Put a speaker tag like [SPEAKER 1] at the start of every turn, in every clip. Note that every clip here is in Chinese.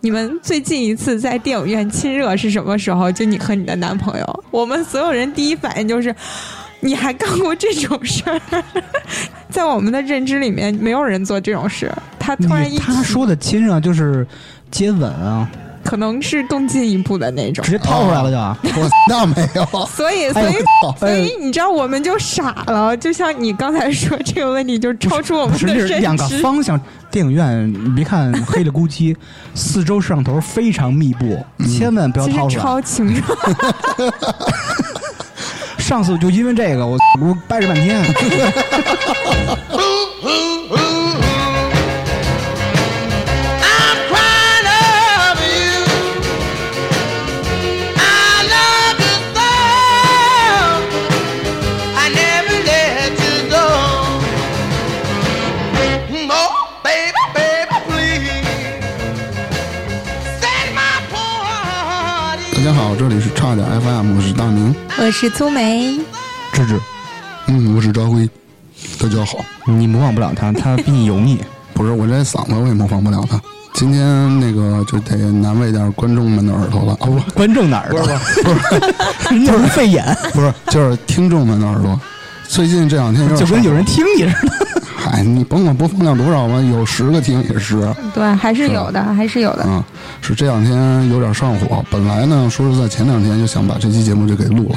[SPEAKER 1] 你们最近一次在电影院亲热是什么时候？就你和你的男朋友，我们所有人第一反应就是，你还干过这种事儿？在我们的认知里面，没有人做这种事。他突然一
[SPEAKER 2] 你嗯他
[SPEAKER 1] 提
[SPEAKER 2] 说的亲热就是接吻啊，
[SPEAKER 1] 可能是更进一步的那种
[SPEAKER 2] 直。接掏出来了就。啊
[SPEAKER 3] 我那没有，
[SPEAKER 1] 所以，所
[SPEAKER 2] 哎
[SPEAKER 1] 以，
[SPEAKER 3] 操
[SPEAKER 1] 所以你知道，我们就傻了。就像你刚才说这个问题，就超出我
[SPEAKER 2] 不
[SPEAKER 1] 们
[SPEAKER 2] 是，
[SPEAKER 1] 的
[SPEAKER 2] 这
[SPEAKER 1] 认
[SPEAKER 2] 是
[SPEAKER 1] 知。
[SPEAKER 2] 两个方向。电影院，你别看黑了咕叽， 四周摄像头非常密布，千万不要
[SPEAKER 1] 其
[SPEAKER 2] 掏
[SPEAKER 1] 实
[SPEAKER 2] 出来。
[SPEAKER 1] 超清热。
[SPEAKER 2] 上次就因为这个，我 我掰扯半天。
[SPEAKER 4] I'm crying over you. I love you so. I never let you go. Oh, baby, baby, please set my poor heart
[SPEAKER 3] 大家好，这里是差点 FM，我是大明，
[SPEAKER 1] 我是粗梅，
[SPEAKER 2] 芝芝，
[SPEAKER 3] 嗯，我是张辉，大家好，
[SPEAKER 2] 你模仿不了他，他比你油腻。
[SPEAKER 3] 不是我这嗓子我也模仿不了他，今天那个就得难为点观众们的耳朵了啊，不
[SPEAKER 2] 观众哪儿？
[SPEAKER 3] 不是不 是
[SPEAKER 2] 人就是费眼，
[SPEAKER 3] 不 是，就是听众们的耳朵。最近这两天有点
[SPEAKER 2] 就跟有人听你似的。
[SPEAKER 3] 嗨，你甭管播放量多少吧，有十个听也是。
[SPEAKER 1] 对，还是有的，还是有
[SPEAKER 2] 嗯
[SPEAKER 1] 的。
[SPEAKER 3] 啊，是这两天有点上火。本来呢，说实在，前两天就想把这期节目就给录了，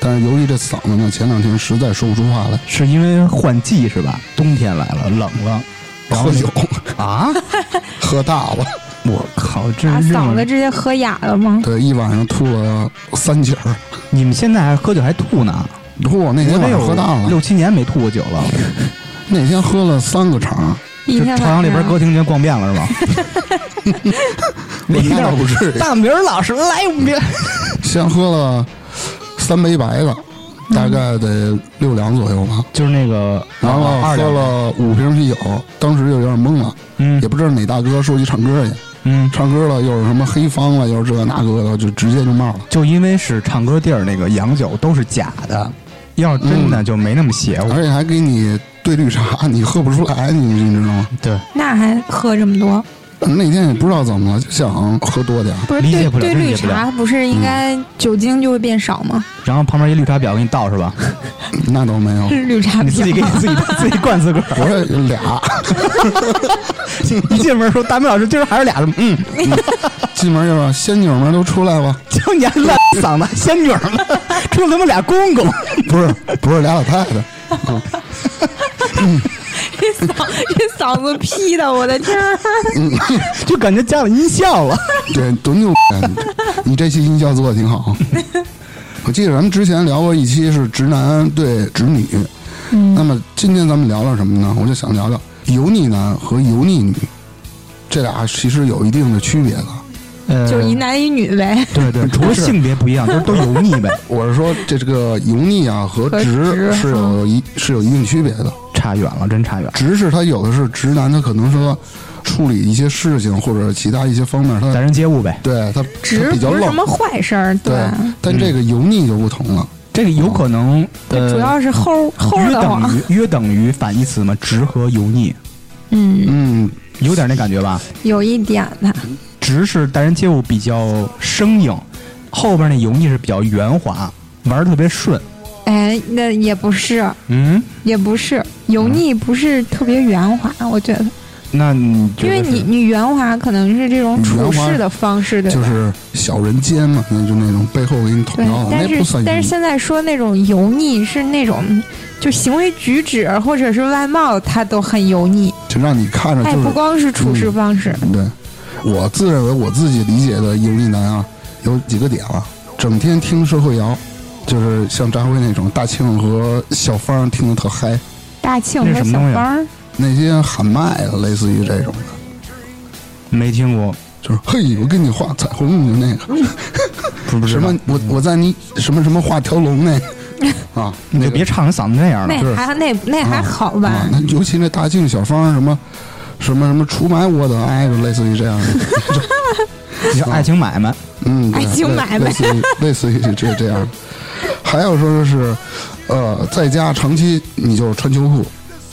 [SPEAKER 3] 但是由于这嗓子呢，前两天实在说不出话来，
[SPEAKER 2] 是因为换季是吧？冬天来了，冷了，然后
[SPEAKER 3] 喝
[SPEAKER 2] 那
[SPEAKER 3] 酒
[SPEAKER 2] 个啊！
[SPEAKER 3] 喝大了，
[SPEAKER 2] 我靠，这
[SPEAKER 1] 把
[SPEAKER 2] 是
[SPEAKER 1] 嗓子直接喝哑了吗？
[SPEAKER 3] 对，一晚上吐了三起儿。
[SPEAKER 2] 你们现在还喝酒还吐呢？
[SPEAKER 3] 嚯，那
[SPEAKER 2] 我
[SPEAKER 3] 天
[SPEAKER 2] 得
[SPEAKER 3] 晚上喝大
[SPEAKER 2] 有
[SPEAKER 3] 了
[SPEAKER 2] 六，七年没吐过酒了，
[SPEAKER 3] 那天喝了三个肠，
[SPEAKER 1] 一
[SPEAKER 2] 就
[SPEAKER 1] 天
[SPEAKER 2] 朝
[SPEAKER 1] 晚
[SPEAKER 2] 阳
[SPEAKER 1] 上
[SPEAKER 2] 里边歌厅全逛遍了是吗？
[SPEAKER 3] 那倒不至于
[SPEAKER 2] 大明儿老师来，我们这
[SPEAKER 3] 先喝了三杯白的，大概得六两左右吧。
[SPEAKER 2] 就是那个，
[SPEAKER 3] 然后
[SPEAKER 2] 哦二
[SPEAKER 3] 哦喝
[SPEAKER 2] 两，
[SPEAKER 3] 了五瓶啤酒，当时就有点懵了，也
[SPEAKER 2] 嗯
[SPEAKER 3] 不知道哪大哥说去唱歌去，
[SPEAKER 2] 嗯，
[SPEAKER 3] 唱歌了又是什么黑方了，又是这那个的，就直接就冒了。
[SPEAKER 2] 就因为是唱歌地儿那个洋酒都是假的，要是真的就没那么邪乎。
[SPEAKER 3] 而且还给你兑绿茶，你喝不出来，你你知道吗？
[SPEAKER 2] 对，
[SPEAKER 1] 那还喝这么多？
[SPEAKER 3] 那天也不知道怎么了，就想喝多点儿。
[SPEAKER 1] 不是
[SPEAKER 2] 理解
[SPEAKER 1] 对
[SPEAKER 2] 不了
[SPEAKER 1] 对
[SPEAKER 2] 真
[SPEAKER 1] 绿
[SPEAKER 2] 理解不了嗯
[SPEAKER 1] 茶不是应该酒精就会变少吗？
[SPEAKER 2] 然后旁边一绿茶婊给你倒是 吧？
[SPEAKER 3] 那倒没有，
[SPEAKER 1] 绿茶
[SPEAKER 2] 哦你自己给
[SPEAKER 1] 婊
[SPEAKER 2] 你自己自己灌自个 儿。
[SPEAKER 3] 我也有俩。
[SPEAKER 2] 一进门说大明老师今儿还是俩什么？嗯，
[SPEAKER 3] 进门去吧，仙女们都出来吧。
[SPEAKER 2] 就你还烂嗓子仙女儿 呢，出他妈俩公 公。
[SPEAKER 3] 不是，不是俩老太太，
[SPEAKER 1] 这嗓这嗓子劈的，我的天儿！
[SPEAKER 2] 嗯就感觉加了音效了。
[SPEAKER 3] 对，多牛逼啊！你你这期音效做的挺好。我记得咱们之前聊过一期是直男对直女，那么今天咱们聊聊什么呢？我就想聊聊油腻男和油腻女，这俩其实有一定的区别的。
[SPEAKER 2] 呃
[SPEAKER 1] 就是一男一女呗，
[SPEAKER 2] 对 对，除了性别不一样，就是都油腻呗，
[SPEAKER 3] 我是说，这这个油腻啊和
[SPEAKER 1] 和
[SPEAKER 3] 直
[SPEAKER 1] 直
[SPEAKER 3] 是有一是有一定区别的。
[SPEAKER 2] 差远了，真差远了。
[SPEAKER 3] 直是他有的是直男，他可能说处理一些事情或者其他一些方面，
[SPEAKER 2] 待
[SPEAKER 3] 他
[SPEAKER 2] 人接物呗，
[SPEAKER 3] 对他
[SPEAKER 1] 直
[SPEAKER 3] 他比较
[SPEAKER 1] 不是什
[SPEAKER 3] 愣
[SPEAKER 1] 么，坏事儿，
[SPEAKER 3] 对。但这个油腻就不同了，
[SPEAKER 2] 这个有可能
[SPEAKER 1] 它
[SPEAKER 2] 呃，
[SPEAKER 1] 主要是齁齁
[SPEAKER 2] 约
[SPEAKER 1] 的
[SPEAKER 2] 等
[SPEAKER 1] 慌。
[SPEAKER 2] 于约等于反义词嘛，直和油腻
[SPEAKER 1] 嗯，
[SPEAKER 3] 嗯，
[SPEAKER 2] 有点那感觉吧。
[SPEAKER 1] 有一点吧。
[SPEAKER 2] 直是待人接物比较生硬，后边那油腻是比较圆滑，玩的特别顺。
[SPEAKER 1] 哎，那也不是，
[SPEAKER 2] 嗯，
[SPEAKER 1] 也不是油腻，不是特别圆滑，我觉得，
[SPEAKER 2] 那你觉
[SPEAKER 1] 因为
[SPEAKER 2] 得嗯是嗯
[SPEAKER 1] 你你圆滑可能是这种处
[SPEAKER 3] 圆滑
[SPEAKER 1] 事的方式，对吧？
[SPEAKER 3] 就是小人奸嘛，那就那种背后给你捅
[SPEAKER 1] 对
[SPEAKER 3] 刀，，
[SPEAKER 1] 但
[SPEAKER 3] 哦那不
[SPEAKER 1] 是
[SPEAKER 3] 算油
[SPEAKER 1] 但是
[SPEAKER 3] 腻。
[SPEAKER 1] 现在说那种油腻是那种，就行为举止或者是外貌，它都很油腻。
[SPEAKER 3] 就让你看着
[SPEAKER 1] 它也
[SPEAKER 3] 就
[SPEAKER 1] 哎不
[SPEAKER 3] 是嗯
[SPEAKER 1] 光是处事方式，
[SPEAKER 3] 对。我自认为我自己理解的油腻男啊，有几个点啊，整天听社会摇，就是像张辉那种大庆和小芳听的特嗨，
[SPEAKER 1] 大庆
[SPEAKER 2] 那
[SPEAKER 1] 和
[SPEAKER 2] 是什么
[SPEAKER 1] 小
[SPEAKER 2] 东西啊
[SPEAKER 1] 芳儿
[SPEAKER 3] 那些喊麦的，类似于这种的，
[SPEAKER 2] 没听过，
[SPEAKER 3] 就是嘿，我跟你画彩虹就那
[SPEAKER 1] 嗯
[SPEAKER 3] 个
[SPEAKER 2] 不不知
[SPEAKER 3] 什
[SPEAKER 2] 道
[SPEAKER 3] 么，我我在你什么什么画条龙那个 啊，
[SPEAKER 2] 你
[SPEAKER 3] 那
[SPEAKER 2] 就
[SPEAKER 3] 个
[SPEAKER 2] 别唱成嗓子那样了。
[SPEAKER 1] 那还那那还好吧？
[SPEAKER 3] 啊，那尤其那大庆小芳什么什么什么出卖我的哎爱，就类似于这样的，
[SPEAKER 2] 你说爱情买卖，
[SPEAKER 3] 嗯，对
[SPEAKER 1] 爱情
[SPEAKER 3] 类
[SPEAKER 1] 买卖
[SPEAKER 3] 类似于类似于这这样的，还有说是呃，在家长期你就穿秋裤。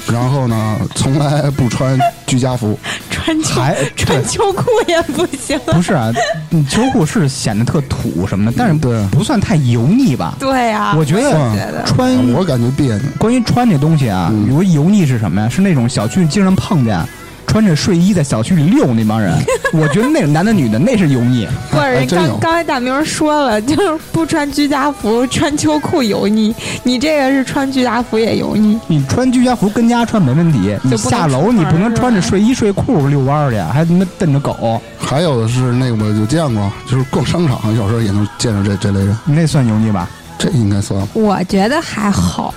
[SPEAKER 3] 然后呢，从来不穿居家服，
[SPEAKER 1] 穿穿秋
[SPEAKER 2] 还
[SPEAKER 1] 穿
[SPEAKER 2] 对
[SPEAKER 1] 秋裤也不行。
[SPEAKER 2] 不 是啊，嗯秋裤是显得特土什么的，但是
[SPEAKER 3] 对
[SPEAKER 2] 不算太油腻吧？
[SPEAKER 1] 对啊嗯呀、
[SPEAKER 2] 我觉
[SPEAKER 3] 哇
[SPEAKER 2] 得穿
[SPEAKER 3] 我感觉别扭。
[SPEAKER 2] 关于穿这东西啊，
[SPEAKER 3] 嗯
[SPEAKER 2] 有个油腻是什么呀？是那种小区经常碰见啊穿着睡衣在小区里溜那 帮人，我觉得那男的女的那是油腻。
[SPEAKER 1] 或者
[SPEAKER 3] 还真有
[SPEAKER 1] 刚刚才大明说了，就是不穿居家服，穿秋裤油腻。你这个是穿居家服也油腻，
[SPEAKER 2] 你穿居家服跟家穿没问题，你
[SPEAKER 1] 就不能
[SPEAKER 2] 下楼
[SPEAKER 1] 出门
[SPEAKER 2] 你不能
[SPEAKER 1] 是吧
[SPEAKER 2] 穿着睡衣睡裤遛弯儿去，还他妈瞪着狗，
[SPEAKER 3] 还有的是那个我就见过，就是逛商场有时候也能见着这这类人，
[SPEAKER 2] 你那算油腻吧？
[SPEAKER 3] 这应该算。
[SPEAKER 1] 我觉得还好。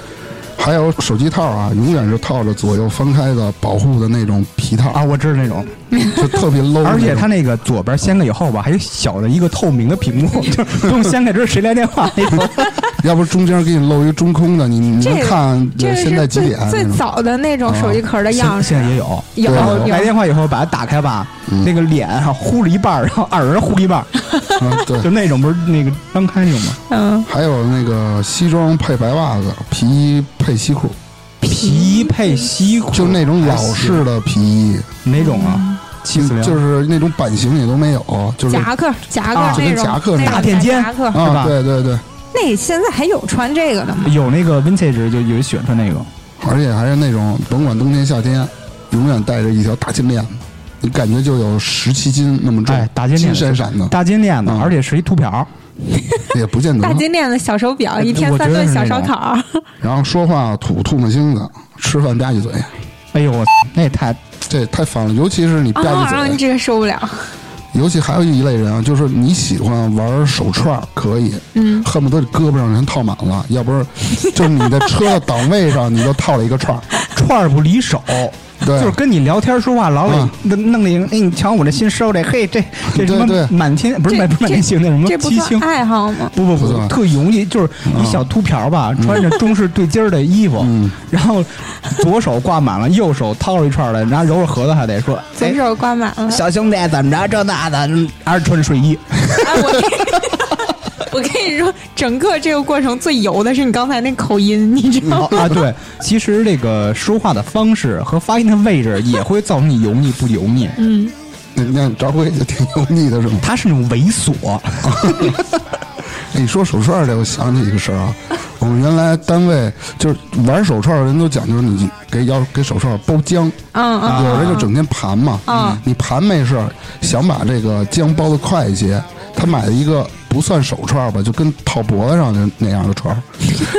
[SPEAKER 3] 还有手机套啊，永远是套着左右翻开的保护的那种皮套，
[SPEAKER 2] 啊，我知道那种，
[SPEAKER 3] 就特别 low 那种。
[SPEAKER 2] 而且它那个左边掀开以后吧，还有小的一个透明的屏 幕，就是不用掀开知道谁来电话那种。
[SPEAKER 3] 要不中间给你露一中空的，你你能
[SPEAKER 1] 这个
[SPEAKER 3] 看
[SPEAKER 1] 这个
[SPEAKER 3] 现在
[SPEAKER 1] 是
[SPEAKER 3] 几
[SPEAKER 1] 最
[SPEAKER 3] 点啊那
[SPEAKER 1] 最
[SPEAKER 3] 种？啊
[SPEAKER 1] 早的那种手机壳
[SPEAKER 3] 哎
[SPEAKER 1] 的样
[SPEAKER 2] 现
[SPEAKER 1] 式，
[SPEAKER 2] 现在也有。
[SPEAKER 1] 有
[SPEAKER 3] 对啊
[SPEAKER 2] 然
[SPEAKER 3] 哎
[SPEAKER 2] 后
[SPEAKER 1] 有
[SPEAKER 2] 来电话以后把它打开吧，
[SPEAKER 3] 哦嗯
[SPEAKER 2] 那个脸啊哈糊了一半儿，然后耳朵糊了一半儿，
[SPEAKER 3] 啊 对
[SPEAKER 2] 就，那种不是那个张开那种吗？
[SPEAKER 1] 嗯，
[SPEAKER 3] 还有那个西装配白袜子，皮衣配西裤，
[SPEAKER 2] 皮衣配西裤，
[SPEAKER 3] 就那种老式的皮衣，
[SPEAKER 2] 哪种啊？七四零
[SPEAKER 3] 就是那种版型也都没有，就是
[SPEAKER 1] 夹克夹克
[SPEAKER 2] 啊
[SPEAKER 1] 那种
[SPEAKER 3] 就跟夹克
[SPEAKER 1] 那种
[SPEAKER 3] 似的
[SPEAKER 2] 大垫肩
[SPEAKER 1] 夹克，
[SPEAKER 2] 是吧
[SPEAKER 3] 啊，对对对，
[SPEAKER 1] 那现在还有穿这个的吗？
[SPEAKER 2] 有那个 vintage 就有人喜欢穿那个，
[SPEAKER 3] 而且还是那种甭管冬天夏天，永远带着一条大金链子，你感觉就有十七斤那么重，
[SPEAKER 2] 哎，大金链
[SPEAKER 3] 金
[SPEAKER 2] 子，
[SPEAKER 3] 闪闪的，
[SPEAKER 2] 大金链子，
[SPEAKER 3] 嗯
[SPEAKER 2] 而且是一秃瓢，
[SPEAKER 3] 也不见得
[SPEAKER 1] 大。金链子、小手表，一天
[SPEAKER 2] 我觉
[SPEAKER 1] 三
[SPEAKER 2] 得
[SPEAKER 1] 顿
[SPEAKER 2] 是
[SPEAKER 1] 小
[SPEAKER 2] 那
[SPEAKER 1] 烧
[SPEAKER 2] 种
[SPEAKER 1] 烤，
[SPEAKER 3] 然后说话吐吐沫星子，吃饭吧唧嘴，
[SPEAKER 2] 哎呦我那也太
[SPEAKER 3] 这太烦了。尤其是你吧
[SPEAKER 1] 啊，
[SPEAKER 3] 唧
[SPEAKER 1] 你
[SPEAKER 3] 嘴，
[SPEAKER 1] 这个受不了。
[SPEAKER 3] 尤其还有一类人啊，就是你喜欢玩手串儿可以，
[SPEAKER 1] 嗯，
[SPEAKER 3] 恨不得胳膊上全套满了，要不是就是你的车的档位上你就套了一个串儿，
[SPEAKER 2] 串儿不离手。
[SPEAKER 3] 对，
[SPEAKER 2] 就是跟你聊天说话，老得
[SPEAKER 3] 啊
[SPEAKER 2] 弄弄那个，哎，你瞧我这新收的，嘿，这这什
[SPEAKER 3] 对
[SPEAKER 2] 么
[SPEAKER 3] 对
[SPEAKER 2] 满天不是
[SPEAKER 1] 这
[SPEAKER 2] 满不是满天星，那什么
[SPEAKER 1] 这不
[SPEAKER 2] 七星
[SPEAKER 1] 算，啊爱好吗？
[SPEAKER 2] 不不
[SPEAKER 3] 不
[SPEAKER 2] 不，
[SPEAKER 3] 算
[SPEAKER 2] 特油腻，就是一小秃瓢吧，穿着中式对襟儿的衣服，
[SPEAKER 3] 嗯
[SPEAKER 2] 然后左手挂满了， 右手掏出一串来，然后揉揉核桃，还得说
[SPEAKER 1] 左手挂满了
[SPEAKER 2] 哎。小兄弟怎么着这那的，嗯还是穿着睡衣，
[SPEAKER 1] 哎，我跟你我跟你 说，整个这个过程最油的是你刚才那口音，你知
[SPEAKER 3] 嗯
[SPEAKER 1] 道吗？
[SPEAKER 2] 啊，对，其实这个说话的方式和发音的位置也会造成你油腻不油腻，
[SPEAKER 1] 嗯，
[SPEAKER 3] 那那你张辉就挺油腻的是吗？
[SPEAKER 2] 它是那种猥琐，
[SPEAKER 3] 哎你说手串儿这，我想起一个事儿啊，我们原来单位就是玩手串儿的人都讲究你给要给手串儿包浆，
[SPEAKER 1] 嗯嗯，
[SPEAKER 3] 有人就整天盘嘛，
[SPEAKER 1] 嗯
[SPEAKER 3] 你盘没事儿，想把这个浆包的快一些，他买了一个不算手串儿吧，就跟套脖子上的那样的串儿。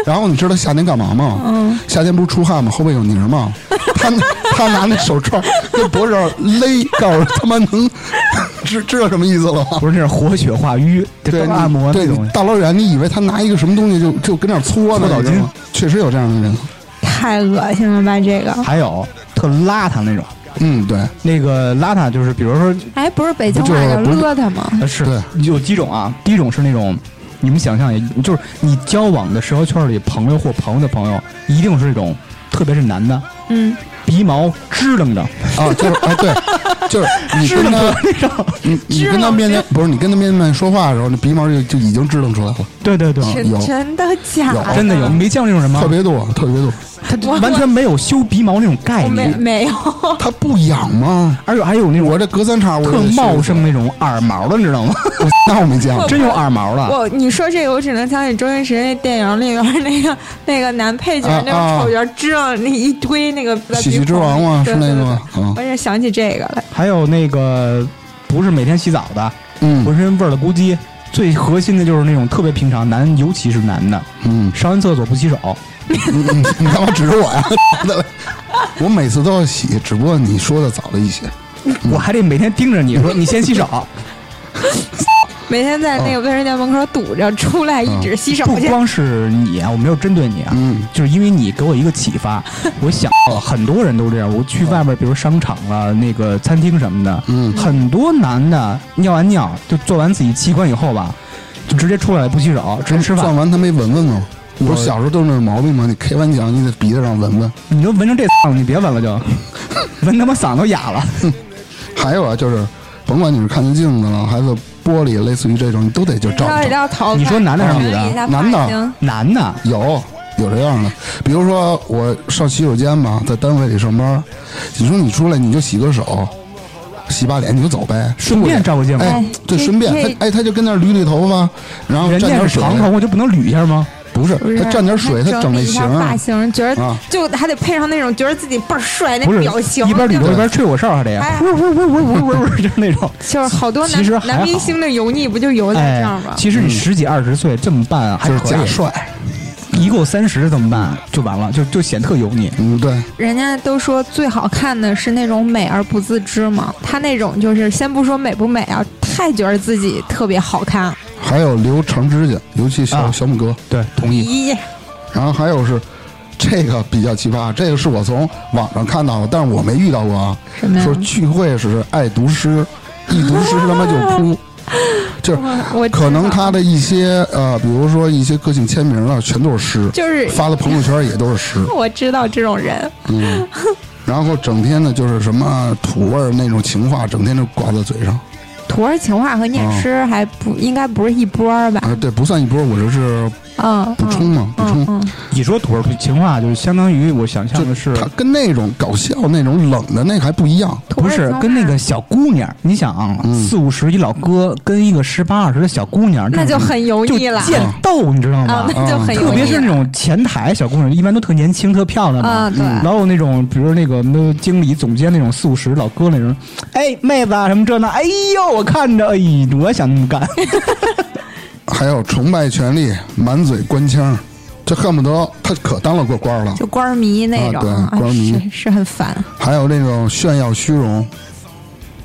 [SPEAKER 3] 然后你知道夏天干嘛吗？夏天不是出汗吗？后背有泥儿吗？他他拿那手串儿 跟脖子上勒，告诉他妈能 知知道什么意思了吗？
[SPEAKER 2] 不是那是活血化瘀，这
[SPEAKER 3] 对
[SPEAKER 2] 刚
[SPEAKER 3] 你
[SPEAKER 2] 按摩那
[SPEAKER 3] 对
[SPEAKER 2] 种
[SPEAKER 3] 你。大老远，你以为他拿一个什么东西就就跟那儿搓呢？
[SPEAKER 2] 搓澡
[SPEAKER 3] 你知道吗确实有这样的人。
[SPEAKER 1] 太恶心了吧这个？
[SPEAKER 2] 还有特邋遢那种，
[SPEAKER 3] 嗯，对，
[SPEAKER 2] 那个邋遢就是，比如说
[SPEAKER 1] 哎，不是北京话
[SPEAKER 3] 不
[SPEAKER 1] 叫
[SPEAKER 3] 就不
[SPEAKER 1] 邋遢吗？
[SPEAKER 2] 呃，是
[SPEAKER 3] 嗯对
[SPEAKER 2] 有几种啊？第一种是那种，你们想象也就是你交往的社交圈里朋友或朋友的朋友，一定是这种，特别是男的，
[SPEAKER 1] 嗯，
[SPEAKER 2] 鼻毛支棱 着，
[SPEAKER 3] 啊，就是哎，对，就是你
[SPEAKER 2] 支
[SPEAKER 3] 跟
[SPEAKER 2] 棱
[SPEAKER 3] 他
[SPEAKER 2] 着。那种，
[SPEAKER 3] 你你
[SPEAKER 1] 知
[SPEAKER 3] 跟
[SPEAKER 1] 道
[SPEAKER 3] 他面
[SPEAKER 1] 这
[SPEAKER 3] 对不是你跟他面对面说话的时候，那鼻毛就就已经支棱出来了，
[SPEAKER 2] 对对对，
[SPEAKER 1] 真
[SPEAKER 3] 有
[SPEAKER 1] 真的假的？
[SPEAKER 3] 有
[SPEAKER 2] 真的有，你没见过这种人吗
[SPEAKER 3] 特？别多，特别多。
[SPEAKER 2] 他
[SPEAKER 1] 我
[SPEAKER 2] 完全没有修鼻毛那种概
[SPEAKER 1] 我没
[SPEAKER 2] 念，
[SPEAKER 1] 没有，
[SPEAKER 3] 他不痒吗？
[SPEAKER 2] 而且还有那种
[SPEAKER 3] 我这隔三差五
[SPEAKER 2] 特茂盛，那种耳毛的，你知道吗？
[SPEAKER 3] 我那我没见过。
[SPEAKER 2] 真有耳毛
[SPEAKER 3] 啊
[SPEAKER 2] 的。
[SPEAKER 1] 我你说这个，我只能想起周星驰那电影里边那个那个男配角
[SPEAKER 3] 啊
[SPEAKER 1] 那个
[SPEAKER 3] 啊
[SPEAKER 1] 丑角支棱那一堆那个
[SPEAKER 3] 喜剧之王吗？
[SPEAKER 1] 对
[SPEAKER 3] 是那
[SPEAKER 1] 对
[SPEAKER 3] 个
[SPEAKER 1] 对
[SPEAKER 3] 吗？
[SPEAKER 1] 我
[SPEAKER 3] 啊，
[SPEAKER 1] 也想起这个来，
[SPEAKER 2] 还有那个不是每天洗澡的，
[SPEAKER 3] 嗯
[SPEAKER 2] 浑身味儿的咕叽。最核心的就是那种特别平常，男尤其是男的，
[SPEAKER 3] 嗯，
[SPEAKER 2] 上完厕所不洗手，
[SPEAKER 3] 你你你干嘛指着我呀？我每次都要洗，只不过你说的早了一些。嗯
[SPEAKER 2] 我还得每天盯着你 说你先洗手，
[SPEAKER 1] 每天在那个卫生间门口堵着，出来一直洗手
[SPEAKER 2] 不
[SPEAKER 1] 去。
[SPEAKER 2] 光是你啊，我没有针对你啊，
[SPEAKER 3] 嗯
[SPEAKER 2] 就是因为你给我一个启发，我想到很多人都这样，我去外面比如商场啊、那个餐厅什么的，
[SPEAKER 3] 嗯，
[SPEAKER 2] 很多男的尿完尿就做完自己器官以后吧，就直接出来不洗手，直接吃
[SPEAKER 3] 算
[SPEAKER 2] 饭，
[SPEAKER 3] 完他没闻闻吗？我
[SPEAKER 2] 我
[SPEAKER 3] 不是小时候都是那毛病吗？你开完奖，你得鼻子上闻闻。
[SPEAKER 2] 你都闻成这样了，你别闻了 就，闻他妈嗓子哑了。
[SPEAKER 3] 嗯还有啊，就是甭管你是看见镜子了，还是玻璃，类似于这种，你都得就
[SPEAKER 1] 到
[SPEAKER 3] 照
[SPEAKER 2] 哎
[SPEAKER 3] 一
[SPEAKER 1] 底
[SPEAKER 3] 照。
[SPEAKER 1] 要逃
[SPEAKER 2] 你说男的还是女的
[SPEAKER 3] 男的
[SPEAKER 2] 男的
[SPEAKER 3] 有有这样的，比如说我上洗手间吧，在单位里上班，你说你出来你就洗个手，洗把脸你就走呗，
[SPEAKER 2] 顺便照个镜子。
[SPEAKER 3] 哎，对，顺便
[SPEAKER 1] 这这
[SPEAKER 3] 他哎，他就跟那儿捋捋头发，然后
[SPEAKER 2] 人
[SPEAKER 3] 蘸
[SPEAKER 2] 家
[SPEAKER 3] 点
[SPEAKER 2] 是
[SPEAKER 3] 水，
[SPEAKER 2] 长头发，就不能捋一下吗？
[SPEAKER 3] 不是
[SPEAKER 1] 不是
[SPEAKER 3] 他蘸点水，他
[SPEAKER 1] 整
[SPEAKER 3] 整
[SPEAKER 1] 理
[SPEAKER 3] 那
[SPEAKER 1] 一
[SPEAKER 3] 型
[SPEAKER 1] 下
[SPEAKER 3] 儿，
[SPEAKER 1] 发型，觉得
[SPEAKER 3] 啊
[SPEAKER 1] 就还得配上那种觉得自己倍儿帅那
[SPEAKER 2] 不是，
[SPEAKER 1] 表情，
[SPEAKER 2] 一边捋
[SPEAKER 1] 就
[SPEAKER 2] 头一边吹口哨还得
[SPEAKER 1] 哎，
[SPEAKER 2] 呜呜呜呜呜呜，就是那种。
[SPEAKER 1] 就是好多
[SPEAKER 2] 其实
[SPEAKER 1] 男
[SPEAKER 2] 还
[SPEAKER 1] 男明
[SPEAKER 2] 好
[SPEAKER 1] 星的油腻不就油在
[SPEAKER 2] 哎
[SPEAKER 1] 这儿吗，？
[SPEAKER 2] 其实你十几二十岁这么办啊，还
[SPEAKER 3] 就是
[SPEAKER 2] 可
[SPEAKER 3] 假
[SPEAKER 2] 以。
[SPEAKER 3] 帅。
[SPEAKER 2] 一过三十怎么办？就完了，就就显特油腻。
[SPEAKER 3] 嗯，对，
[SPEAKER 1] 人家都说最好看的是那种美而不自知嘛，他那种就是先不说美不美啊，太觉得自己特别好看，
[SPEAKER 3] 还有留长指甲，尤其小、
[SPEAKER 2] 啊
[SPEAKER 3] 小拇哥。
[SPEAKER 2] 对，同意。
[SPEAKER 1] 咦，
[SPEAKER 3] 然后还有是，这个比较奇葩，这个是我从网上看到的，但是我没遇到过啊。
[SPEAKER 1] 什么呀
[SPEAKER 3] 说？聚会时爱读诗，一读诗他妈就 哭，就是
[SPEAKER 1] 我我知
[SPEAKER 3] 可能
[SPEAKER 1] 道
[SPEAKER 3] 他的一些呃，比如说一些个性签名啊，全都是诗，
[SPEAKER 1] 就是
[SPEAKER 3] 发的朋友圈也都是诗，
[SPEAKER 1] 我知道这种人，
[SPEAKER 3] 嗯。然后整天呢就是什么土味儿那种情话，整天就挂在嘴上。
[SPEAKER 1] 啊土味情话和念诗还不应该不是一波儿吧？
[SPEAKER 3] 啊，对，不算一波，我这是
[SPEAKER 1] 嗯，
[SPEAKER 3] 补充嘛，补充
[SPEAKER 1] 嗯。。嗯
[SPEAKER 2] 你说土味情话，就是相当于我想象的是
[SPEAKER 3] 它，跟那种搞笑、那种冷的那个还不一样。
[SPEAKER 1] 土
[SPEAKER 2] 不
[SPEAKER 1] 味情
[SPEAKER 2] 是
[SPEAKER 1] 话
[SPEAKER 2] 跟那个小姑娘？你想啊
[SPEAKER 3] 嗯，
[SPEAKER 2] 四五十一老哥跟一个十八二十的小姑娘，
[SPEAKER 1] 那就
[SPEAKER 2] 这种
[SPEAKER 1] 很油
[SPEAKER 2] 就
[SPEAKER 1] 腻了
[SPEAKER 2] 见斗，你知道
[SPEAKER 1] 啊
[SPEAKER 2] 吗，？
[SPEAKER 1] 那就很油腻了
[SPEAKER 2] 特别是那种前台小姑娘，一般都特年轻、特漂亮嘛。嗯
[SPEAKER 1] 啊，对，
[SPEAKER 2] 老有那种，比如那个那个经理、总监那种四五十老哥那种，哎，妹子啊什么这那，哎呦，我看着，哎，我也想那 么干。
[SPEAKER 3] 还有崇拜权力、满嘴官腔，这恨不得他可当了个官儿了。
[SPEAKER 1] 就官儿迷那种，
[SPEAKER 3] 啊对官儿迷
[SPEAKER 1] 啊是是很烦。
[SPEAKER 3] 还有那种炫耀虚荣，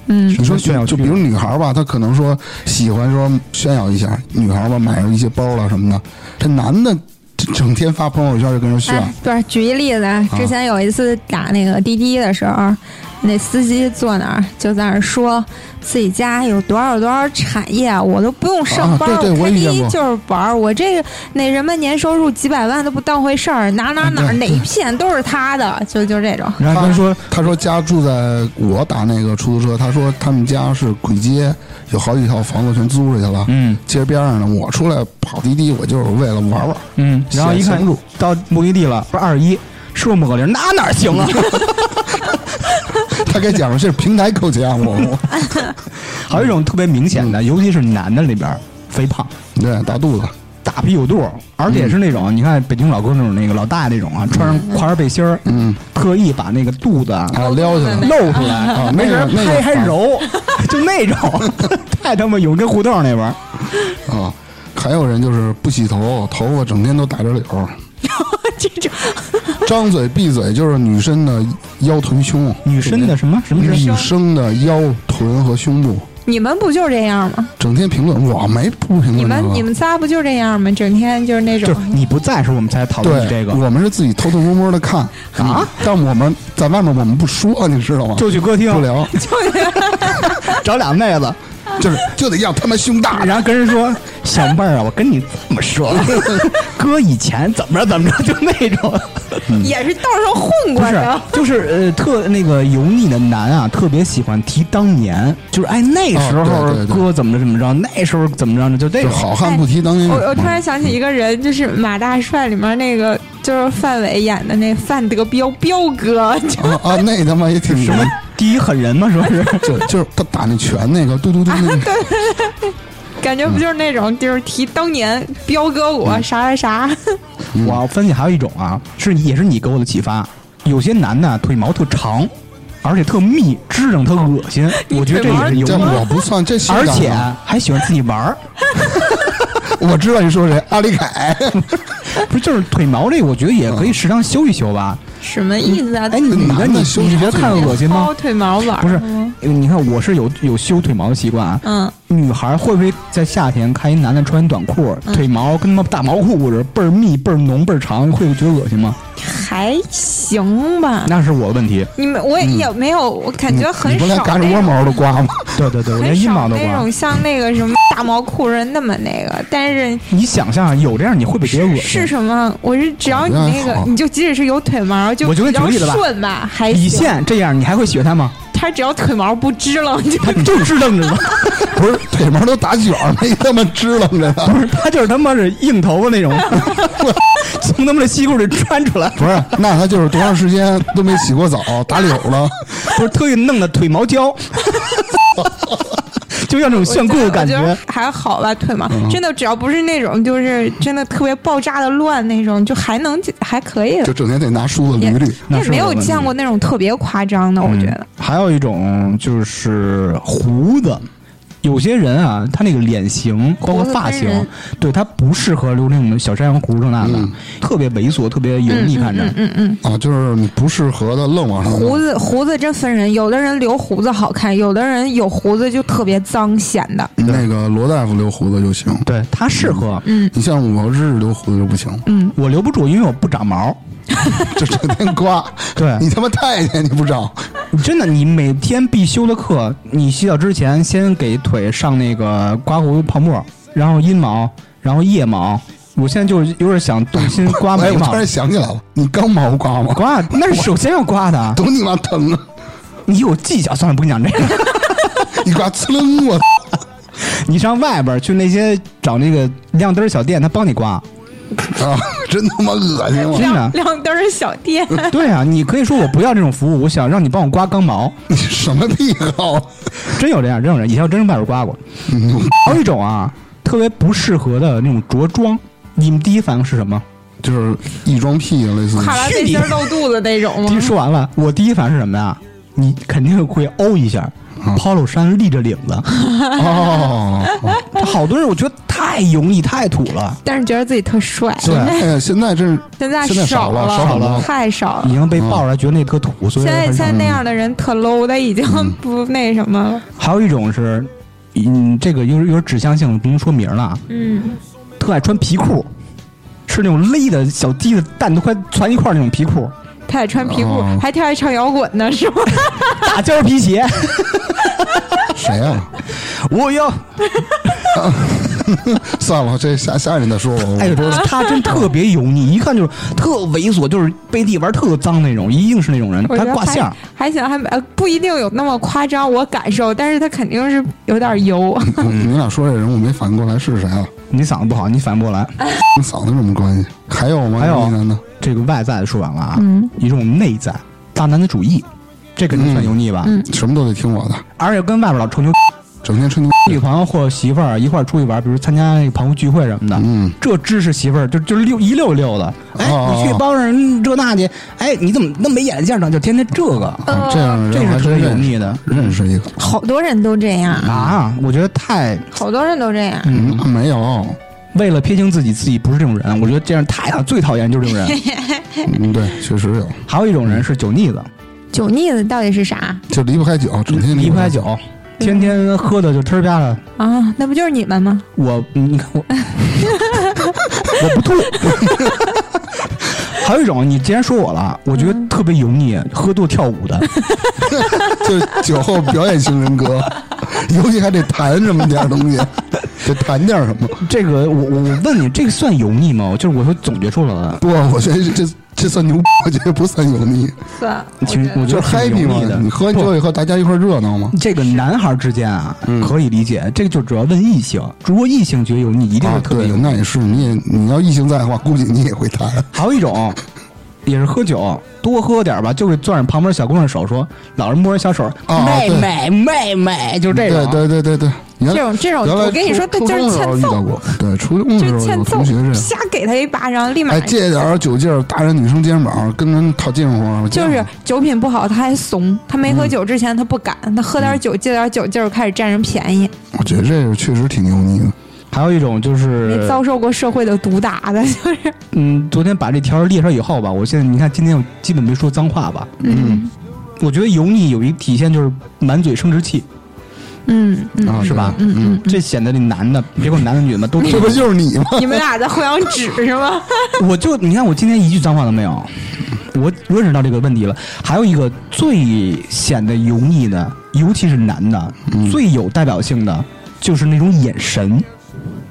[SPEAKER 1] 嗯，
[SPEAKER 3] 你说
[SPEAKER 2] 炫耀虚
[SPEAKER 3] 就
[SPEAKER 2] 荣
[SPEAKER 3] 比如女孩儿吧，她可能说喜欢说炫耀一下，女孩儿吧买了一些包了什么的，这男的这整天发朋友圈就跟人炫耀
[SPEAKER 1] 哎，，对儿，举一例子啊，之前有一次打那个滴滴的时候，那司机坐那儿就在那儿说自己家有多少多少产业，我都不用上班，
[SPEAKER 3] 啊对对我
[SPEAKER 1] 开
[SPEAKER 3] 也
[SPEAKER 1] 滴
[SPEAKER 3] 见
[SPEAKER 1] 滴
[SPEAKER 3] 过
[SPEAKER 1] 就是玩儿，我这个那什么年收入几百万都不当回事儿，哪哪哪儿
[SPEAKER 3] 啊对
[SPEAKER 1] 哪一片都是他的，就就这种。
[SPEAKER 2] 然后他说，
[SPEAKER 3] 他说家住在我打那个出租车，他说他们家是簋街，有好几套房子全租出去了。
[SPEAKER 2] 嗯
[SPEAKER 3] 街边上呢，我出来跑滴滴，我就是为了玩玩。
[SPEAKER 2] 嗯，然后一
[SPEAKER 3] 显
[SPEAKER 2] 看
[SPEAKER 3] 形柱
[SPEAKER 2] 到目的地了，不是二十一，是不是抹个零？那哪行啊？
[SPEAKER 3] 他给讲的是平台扣钱，我我
[SPEAKER 2] 还有一种特别明显的，尤其是男的里边儿，肥胖。
[SPEAKER 3] 对大肚子，
[SPEAKER 2] 大屁股肚儿，而且是那
[SPEAKER 3] 嗯
[SPEAKER 2] 种、你看北京老哥那种那个老大爷那种啊，穿上跨栏背心儿，
[SPEAKER 3] 嗯，
[SPEAKER 2] 特意把那个肚子啊
[SPEAKER 3] 啊撩起来了，
[SPEAKER 2] 露出来
[SPEAKER 3] 啊
[SPEAKER 2] 没
[SPEAKER 3] 那个
[SPEAKER 2] 人
[SPEAKER 3] 那个
[SPEAKER 2] 拍还
[SPEAKER 3] 烦
[SPEAKER 2] 揉，就那种， 太他妈有跟胡同那边儿。
[SPEAKER 3] 啊。还有人就是不洗头，头发整天都打着绺儿，
[SPEAKER 1] 这种
[SPEAKER 3] 张嘴闭嘴就是女生的腰臀胸，
[SPEAKER 2] 女生的什么什么
[SPEAKER 3] 女
[SPEAKER 2] 是
[SPEAKER 3] 女生的腰臀和胸部，
[SPEAKER 1] 你们不就这样吗？
[SPEAKER 3] 整天评论，我没不评论
[SPEAKER 1] 你
[SPEAKER 3] 这
[SPEAKER 1] 们
[SPEAKER 3] 个
[SPEAKER 1] 你们仨不就这样吗？整天就是那
[SPEAKER 2] 就
[SPEAKER 1] 种
[SPEAKER 2] 是你不在时候我们才讨论
[SPEAKER 3] 对
[SPEAKER 2] 你这个，
[SPEAKER 3] 我们是自己偷偷摸摸的看
[SPEAKER 2] 啊，
[SPEAKER 3] 但我们在外面我们不说，你知道吗？
[SPEAKER 2] 就去歌厅
[SPEAKER 3] 不聊，
[SPEAKER 2] 找俩妹子，
[SPEAKER 3] 就是 就得要他妈胸大，
[SPEAKER 2] 然后跟人说小妹儿啊，我跟你这么说， 哥以前怎么着怎么着，就那种。
[SPEAKER 3] 嗯
[SPEAKER 1] 也是道上混
[SPEAKER 2] 不
[SPEAKER 1] 过
[SPEAKER 2] 是
[SPEAKER 1] 的。，
[SPEAKER 2] 就是呃，特那个油腻的男啊，特别喜欢提当年，就是哎那时
[SPEAKER 3] 哦
[SPEAKER 2] 候
[SPEAKER 3] 对对对
[SPEAKER 2] 哥怎么着怎么着，那时候怎么着呢，就这
[SPEAKER 3] 就
[SPEAKER 2] 种。
[SPEAKER 3] 好汉不提当
[SPEAKER 2] 嗯
[SPEAKER 3] 年
[SPEAKER 1] 我
[SPEAKER 3] 勇
[SPEAKER 1] 我突然想起一个人，就是《马大帅》里面那个，就是范伟演的那范德彪彪哥，
[SPEAKER 2] 嗯
[SPEAKER 1] 就
[SPEAKER 3] 啊啊，那他妈也挺
[SPEAKER 2] 什么第一狠人嘛，是不是？
[SPEAKER 3] 就就是他打那拳那个嘟嘟嘟
[SPEAKER 1] 啊
[SPEAKER 3] 那个，
[SPEAKER 1] 感觉不就是那种，就是提当年彪哥
[SPEAKER 2] 嗯
[SPEAKER 1] 我啥啥啥，
[SPEAKER 3] 嗯
[SPEAKER 2] 我要分析还有一种啊，是也是你给我的启发，有些男的腿毛特长，而且特密，支棱特恶心，我觉得这也是
[SPEAKER 3] 这
[SPEAKER 2] 油
[SPEAKER 3] 我
[SPEAKER 2] 腻。
[SPEAKER 3] 不算，这是
[SPEAKER 2] 而且还喜欢自己玩儿，
[SPEAKER 3] 我知道你说谁，阿里凯，
[SPEAKER 2] 不是就是腿毛这，我觉得也可以适当修一修吧。
[SPEAKER 1] 什么意思啊？
[SPEAKER 2] 哎，你
[SPEAKER 3] 嗯男
[SPEAKER 2] 的
[SPEAKER 3] 的
[SPEAKER 2] 你
[SPEAKER 3] 修
[SPEAKER 2] 你觉得
[SPEAKER 3] 啥
[SPEAKER 2] 看
[SPEAKER 3] 腿
[SPEAKER 2] 着
[SPEAKER 3] 毛
[SPEAKER 2] 恶心吗
[SPEAKER 1] 薅？腿毛玩儿
[SPEAKER 2] 不是
[SPEAKER 1] 吗，
[SPEAKER 2] 你看我是有有修腿毛的习惯啊。
[SPEAKER 1] 嗯，
[SPEAKER 2] 女孩会不会在夏天看一男的穿短裤，
[SPEAKER 1] 嗯
[SPEAKER 2] 腿毛跟他妈大毛裤似的，倍儿密、倍儿浓、倍儿长，会觉得恶心吗？
[SPEAKER 1] 还行吧。
[SPEAKER 2] 那是我的问题。
[SPEAKER 1] 你们我
[SPEAKER 2] 嗯
[SPEAKER 1] 也没有，我感觉很
[SPEAKER 3] 你不
[SPEAKER 1] 少那
[SPEAKER 3] 连
[SPEAKER 1] 种。
[SPEAKER 3] 嘎吱窝毛都刮 吗？
[SPEAKER 2] 对对对，我
[SPEAKER 1] 很
[SPEAKER 2] 连阴
[SPEAKER 1] 少
[SPEAKER 2] 毛都
[SPEAKER 1] 那
[SPEAKER 2] 刮
[SPEAKER 1] 种。像那个什么大毛裤人那么那个，但是
[SPEAKER 2] 你想象啊有这样，你会不会觉得恶
[SPEAKER 1] 是
[SPEAKER 2] 心？
[SPEAKER 1] 什么？我是只要你
[SPEAKER 3] 感觉
[SPEAKER 1] 那
[SPEAKER 3] 还好
[SPEAKER 1] 个，你就即使是有腿毛，就
[SPEAKER 2] 我就
[SPEAKER 1] 比
[SPEAKER 2] 给你
[SPEAKER 1] 较
[SPEAKER 2] 举例子吧
[SPEAKER 1] 顺吧，还
[SPEAKER 2] 李
[SPEAKER 1] 行。
[SPEAKER 2] 现这样，你还会学他吗？
[SPEAKER 1] 他只要腿毛不支 棱就
[SPEAKER 2] 他就支棱着呢，
[SPEAKER 3] 不是腿毛都打卷儿，没他妈支棱着呢。
[SPEAKER 2] 不是 他就是他妈是硬头发那种， 从他妈的西裤里穿出来，
[SPEAKER 3] 不是，那他就是多长时间都没洗过澡，打绺了。
[SPEAKER 2] 不是特意弄的腿毛胶， 就像这种炫酷的感
[SPEAKER 1] 我
[SPEAKER 2] 觉嗯
[SPEAKER 1] 得。还好吧，腿毛真的只要不是那种就是真的特别爆炸的乱那种，就还能还可以
[SPEAKER 3] 就
[SPEAKER 1] 了。
[SPEAKER 3] 整天得拿梳子
[SPEAKER 1] 也
[SPEAKER 3] 捋捋。
[SPEAKER 2] 那
[SPEAKER 1] 也
[SPEAKER 2] 是
[SPEAKER 1] 没
[SPEAKER 2] 我
[SPEAKER 1] 有
[SPEAKER 2] 问嗯
[SPEAKER 1] 见
[SPEAKER 2] 你
[SPEAKER 1] 过那种特别夸张的，我觉得。
[SPEAKER 2] 还有一种就是胡子，有些人啊，他那个脸型包括
[SPEAKER 1] 胡子
[SPEAKER 2] 发
[SPEAKER 1] 分
[SPEAKER 2] 型
[SPEAKER 1] 人，嗯
[SPEAKER 2] 对他不适合留那种小山羊胡这那的，特别猥琐，特别油腻，看着。
[SPEAKER 3] 啊，就是你不适合的愣往上
[SPEAKER 1] 胡子胡子真分人，有的人留胡子好看，有的人有胡子就特别脏显的。
[SPEAKER 2] 嗯
[SPEAKER 3] 那个罗大夫留胡子就行，
[SPEAKER 2] 对他适合，
[SPEAKER 1] 嗯
[SPEAKER 3] 你像我日留胡子就不行，
[SPEAKER 2] 我留不住，因为我不长毛。
[SPEAKER 3] 就整天刮。
[SPEAKER 2] 对
[SPEAKER 3] 你他妈太监你不长，
[SPEAKER 2] 真的，你每天必修的课，你洗澡之前先给腿上那个刮胡泡沫，然后阴毛，然后腋毛。我现在就是有点想动心刮
[SPEAKER 3] 哎，
[SPEAKER 2] 眉
[SPEAKER 3] 我
[SPEAKER 2] 毛
[SPEAKER 3] 突，然想起来了，你刚毛刮吗？
[SPEAKER 2] 刮那是首先要刮 的啊。
[SPEAKER 3] 都你妈疼啊！
[SPEAKER 2] 你有技巧，算了，不跟你讲这个。
[SPEAKER 3] 你刮呲楞我，
[SPEAKER 2] 你上外边儿去那些找那个亮灯儿小店，他帮你刮。
[SPEAKER 3] 啊，真他妈恶心我！
[SPEAKER 2] 真的
[SPEAKER 1] 亮灯儿小店，
[SPEAKER 2] 对啊，你可以说我不要这种服务，我想让你帮我刮钢毛。
[SPEAKER 3] 你什么癖 好？
[SPEAKER 2] 真有这样，真有这样，以前我真是外边刮过。
[SPEAKER 1] 嗯
[SPEAKER 2] 还有一种啊，特别不适合的那种着装，你们第一反应是什么？
[SPEAKER 3] 就是异装癖
[SPEAKER 2] 啊
[SPEAKER 3] 类似于。
[SPEAKER 1] 跨 栏背心儿露肚子那种
[SPEAKER 2] 第一
[SPEAKER 1] 吗？
[SPEAKER 2] 说完了，我第一反应是什么呀？你肯定会哦一下
[SPEAKER 3] 嗯
[SPEAKER 2] ，polo 衫立着领 子，
[SPEAKER 3] 哦，
[SPEAKER 2] 好多人我觉得太油腻太土了，
[SPEAKER 1] 但是觉得自己特帅，
[SPEAKER 3] 现在哎现在真是
[SPEAKER 1] 现在
[SPEAKER 3] 现在
[SPEAKER 1] 少
[SPEAKER 3] 少了少很多
[SPEAKER 1] 太少
[SPEAKER 2] 已
[SPEAKER 1] 了。
[SPEAKER 2] 经被爆出来，觉得那特土，所
[SPEAKER 1] 嗯
[SPEAKER 2] 以
[SPEAKER 1] 现在
[SPEAKER 2] 很
[SPEAKER 1] 现在
[SPEAKER 2] 少
[SPEAKER 1] 那样的人特 low，他已经
[SPEAKER 2] 嗯
[SPEAKER 1] 不那什么了。
[SPEAKER 2] 还有一种是，嗯，这个有有点指向性，不用说名了啊，
[SPEAKER 1] 嗯，
[SPEAKER 2] 特爱穿皮裤，是那种勒的小鸡的蛋都快攒一块儿那种皮 裤，
[SPEAKER 1] 他也穿皮裤
[SPEAKER 3] 哦，
[SPEAKER 1] 还挺爱唱摇滚呢， 是吗？
[SPEAKER 2] 大胶皮 鞋，
[SPEAKER 3] 谁啊？
[SPEAKER 2] 我要，
[SPEAKER 3] 算了，这下下一任再说吧。我
[SPEAKER 2] 哎，他真特别油腻，一看就是特猥琐，就是背地玩特脏那种，一定是那种人，
[SPEAKER 1] 我觉
[SPEAKER 2] 他
[SPEAKER 1] 得
[SPEAKER 2] 挂
[SPEAKER 1] 还
[SPEAKER 2] 相。
[SPEAKER 1] 还行，还呃不一定有那么夸张，我感受，但是他肯定是有点油。
[SPEAKER 3] 我嗯
[SPEAKER 2] 嗯
[SPEAKER 3] 你俩说这人，我没反应过来是谁啊？
[SPEAKER 2] 你嗓子不好，你反应不过来。
[SPEAKER 1] 啊
[SPEAKER 3] 跟嫂子有什么关系？还有吗？
[SPEAKER 2] 还有
[SPEAKER 3] 这一男的，
[SPEAKER 2] 这个外在的说完了啊，
[SPEAKER 1] 嗯
[SPEAKER 2] 一种内在大男子主义，这肯定算油腻吧？
[SPEAKER 1] 嗯
[SPEAKER 3] 什么都得听我的，
[SPEAKER 2] 而且跟外边老臭牛，
[SPEAKER 3] 整天吹牛。
[SPEAKER 2] 女朋友或媳妇儿一块儿出去玩，比如参加那个朋友聚会什么的，
[SPEAKER 3] 嗯，
[SPEAKER 2] 这知识媳妇儿就就溜一溜溜的，哎，
[SPEAKER 3] 哦
[SPEAKER 2] 你去帮人这那去，哎，你怎么那么没眼见呢？就天天这个，
[SPEAKER 1] 呃
[SPEAKER 3] 啊这样的
[SPEAKER 2] 这
[SPEAKER 3] 人我还
[SPEAKER 2] 是特别
[SPEAKER 3] 真
[SPEAKER 2] 油
[SPEAKER 3] 认识
[SPEAKER 2] 腻的
[SPEAKER 3] 认识一个。
[SPEAKER 1] 好多人都这样，
[SPEAKER 2] 啊！我觉得太
[SPEAKER 1] 好多人都这样。
[SPEAKER 3] 嗯，没有，
[SPEAKER 2] 为了撇清自己自己不是这种人，我觉得这样太啊最讨厌就是这种人。
[SPEAKER 3] 嗯，对，确实有，
[SPEAKER 2] 还有一种人是酒腻子，
[SPEAKER 1] 酒腻子到底是啥
[SPEAKER 3] 就离不开酒，整天
[SPEAKER 2] 离不开
[SPEAKER 3] 开。
[SPEAKER 2] 嗯酒，天天喝的就忒儿吧的。
[SPEAKER 1] 啊？那不就是你们吗？
[SPEAKER 2] 我你看我， 我不吐。 还有一种，你既然说我了，我觉得特别油腻，喝多跳舞的。
[SPEAKER 3] 就酒后表演型人格，尤其还得弹这么点儿东西，得弹点儿什么。
[SPEAKER 2] 这个我我我问你，这个算油腻吗？就是我说总结出来了。
[SPEAKER 3] 不，我觉得这这这算牛逼，我觉得不算油腻，
[SPEAKER 1] 算，
[SPEAKER 2] 其实我觉
[SPEAKER 3] 就
[SPEAKER 2] 得
[SPEAKER 3] 是 happy
[SPEAKER 2] 挺油腻
[SPEAKER 3] 嘛
[SPEAKER 2] 的。。
[SPEAKER 3] 你喝完
[SPEAKER 2] 不
[SPEAKER 3] 酒以后，大家一块儿热闹嘛。
[SPEAKER 2] 这个男孩之间啊，
[SPEAKER 3] 嗯
[SPEAKER 2] 可以理解，这个就主要问异性。如果异性觉得油腻，一定
[SPEAKER 3] 啊
[SPEAKER 2] 是，特别
[SPEAKER 3] 对，
[SPEAKER 2] 油腻。
[SPEAKER 3] 那也是，你也你要异性在的话，估计你也会弹。
[SPEAKER 2] 还有一种，也是喝酒，多喝点吧，就会攥着旁边小姑娘手说，老是摸人小手，
[SPEAKER 3] 啊
[SPEAKER 2] 妹
[SPEAKER 3] 对
[SPEAKER 2] 妹妹妹，就这
[SPEAKER 3] 对
[SPEAKER 2] 种。
[SPEAKER 3] 对对对对，
[SPEAKER 1] 这
[SPEAKER 3] 原来
[SPEAKER 1] 种这种，
[SPEAKER 3] 原来
[SPEAKER 1] 我跟你说，他
[SPEAKER 3] 初
[SPEAKER 1] 就
[SPEAKER 3] 初中
[SPEAKER 1] 是
[SPEAKER 3] 的时候
[SPEAKER 1] 欠
[SPEAKER 3] 遇到
[SPEAKER 1] 揍，
[SPEAKER 3] 过，对，初中的时
[SPEAKER 1] 就是
[SPEAKER 3] 候
[SPEAKER 1] 欠
[SPEAKER 3] 有
[SPEAKER 1] 揍
[SPEAKER 3] 同学这，样。
[SPEAKER 1] 瞎给他一巴掌，立马
[SPEAKER 3] 哎，借点儿酒劲儿，搭着女生肩膀，跟人套近乎啊儿，我见
[SPEAKER 1] 就
[SPEAKER 3] 过
[SPEAKER 1] 是酒品不好，他还怂。他没喝酒之前他不敢，
[SPEAKER 3] 嗯
[SPEAKER 1] 他喝点酒借点酒劲儿开始占人便宜，
[SPEAKER 3] 我觉得这个确实挺油腻的。
[SPEAKER 2] 还有一种就
[SPEAKER 1] 没
[SPEAKER 2] 是，
[SPEAKER 1] 遭受过社会的毒打的，就是
[SPEAKER 2] 嗯，昨天把这条列出来以后吧，我现在你看今天我基本没说脏话吧。
[SPEAKER 1] 嗯
[SPEAKER 2] 我觉得油腻有一体现就是满嘴生殖器，
[SPEAKER 1] 嗯嗯
[SPEAKER 3] 啊，
[SPEAKER 2] 是吧
[SPEAKER 3] 对？嗯，
[SPEAKER 2] 这显得这男的，别管男的女的 都
[SPEAKER 3] 这不就是你吗？
[SPEAKER 1] 你们俩在互相指是 吗？
[SPEAKER 2] 我就你看，我今天一句脏话都没有，我认识到这个问题了。还有一个最显得油腻的，尤其是男的，
[SPEAKER 3] 嗯
[SPEAKER 2] 最有代表性的就是那种眼神，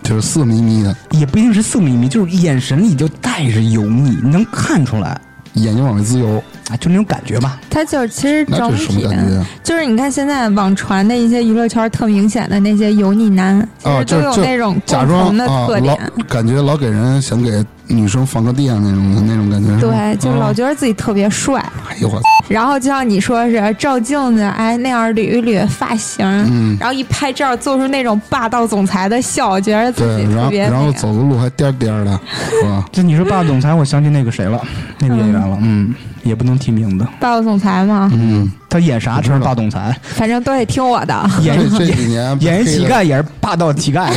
[SPEAKER 3] 就是色眯眯的，
[SPEAKER 2] 也不一定是色眯眯，就是眼神里就带着油腻，你能看出来
[SPEAKER 3] 眼睛往外滋油，
[SPEAKER 2] 啊，就那种感觉吧。
[SPEAKER 1] 它就是其实
[SPEAKER 3] 那
[SPEAKER 1] 整
[SPEAKER 3] 这是什么
[SPEAKER 1] 体
[SPEAKER 3] 感觉啊？
[SPEAKER 1] 就是你看现在网传的一些娱乐圈特明显的那些油腻男，其
[SPEAKER 3] 啊
[SPEAKER 1] 实都
[SPEAKER 3] 就是
[SPEAKER 1] 有
[SPEAKER 3] 就
[SPEAKER 1] 那种
[SPEAKER 3] 假
[SPEAKER 1] 共同
[SPEAKER 3] 装
[SPEAKER 1] 的
[SPEAKER 3] 啊
[SPEAKER 1] 特，
[SPEAKER 3] 老
[SPEAKER 1] 点。
[SPEAKER 3] 感觉老给人想给女生放个电那种那种感觉。是吧，
[SPEAKER 1] 对，就老觉得自己特别帅，
[SPEAKER 3] 哎呦我，
[SPEAKER 1] 然后就像你说是照镜子，哎，那样捋一捋发型，
[SPEAKER 3] 嗯，
[SPEAKER 1] 然后一拍照做出那种霸道总裁的笑，觉得自
[SPEAKER 3] 对
[SPEAKER 1] 己，
[SPEAKER 3] 然
[SPEAKER 1] 特
[SPEAKER 3] 后
[SPEAKER 1] 别
[SPEAKER 3] 然
[SPEAKER 1] 那
[SPEAKER 3] 后
[SPEAKER 1] 个
[SPEAKER 3] 走个路还颠儿颠儿的，是吧？
[SPEAKER 2] 这你说霸道总裁，我想起那个谁了，那个演员了，嗯，也不能提名字，
[SPEAKER 1] 霸道总裁嘛，
[SPEAKER 3] 嗯，
[SPEAKER 2] 他演啥
[SPEAKER 3] 知道
[SPEAKER 2] 成霸总裁，
[SPEAKER 1] 反正都得听我的。
[SPEAKER 2] 演
[SPEAKER 3] 这这
[SPEAKER 2] 演
[SPEAKER 3] 几年
[SPEAKER 2] 演一
[SPEAKER 3] 黑
[SPEAKER 2] 乞
[SPEAKER 3] 的
[SPEAKER 2] 丐也是霸道乞丐，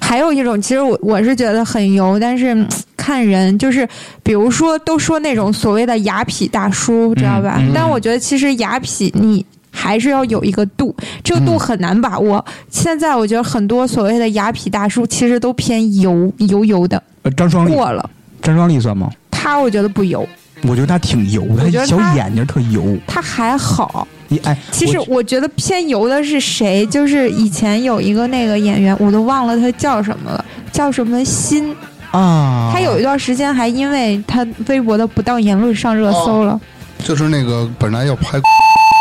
[SPEAKER 1] 还有一种，其实我我是觉得很油，但是嗯看人，就是比如说都说那种所谓的雅痞大叔，知道吧？
[SPEAKER 2] 嗯
[SPEAKER 1] 但我觉得其实雅痞你。还是要有一个度，这个度很难把握。现在我觉得很多所谓的雅痞大叔，其实都偏油油油的
[SPEAKER 2] 呃张双立，
[SPEAKER 1] 过了。
[SPEAKER 2] 张双立算吗？
[SPEAKER 1] 他我觉得不油，
[SPEAKER 2] 我觉得他挺油的，
[SPEAKER 1] 我觉
[SPEAKER 2] 他
[SPEAKER 1] 得
[SPEAKER 2] 小
[SPEAKER 1] 他
[SPEAKER 2] 眼睛特油。
[SPEAKER 1] 他还好。
[SPEAKER 2] 你哎，
[SPEAKER 1] 其实
[SPEAKER 2] 我
[SPEAKER 1] 我觉得偏油的是谁？就是以前有一个那个演员，我都忘了他叫什么了，叫什么新。
[SPEAKER 2] 啊，
[SPEAKER 1] 他有一段时间还因为他微博的不当言论上热搜
[SPEAKER 2] 哦
[SPEAKER 1] 了，
[SPEAKER 3] 就是那个本来要拍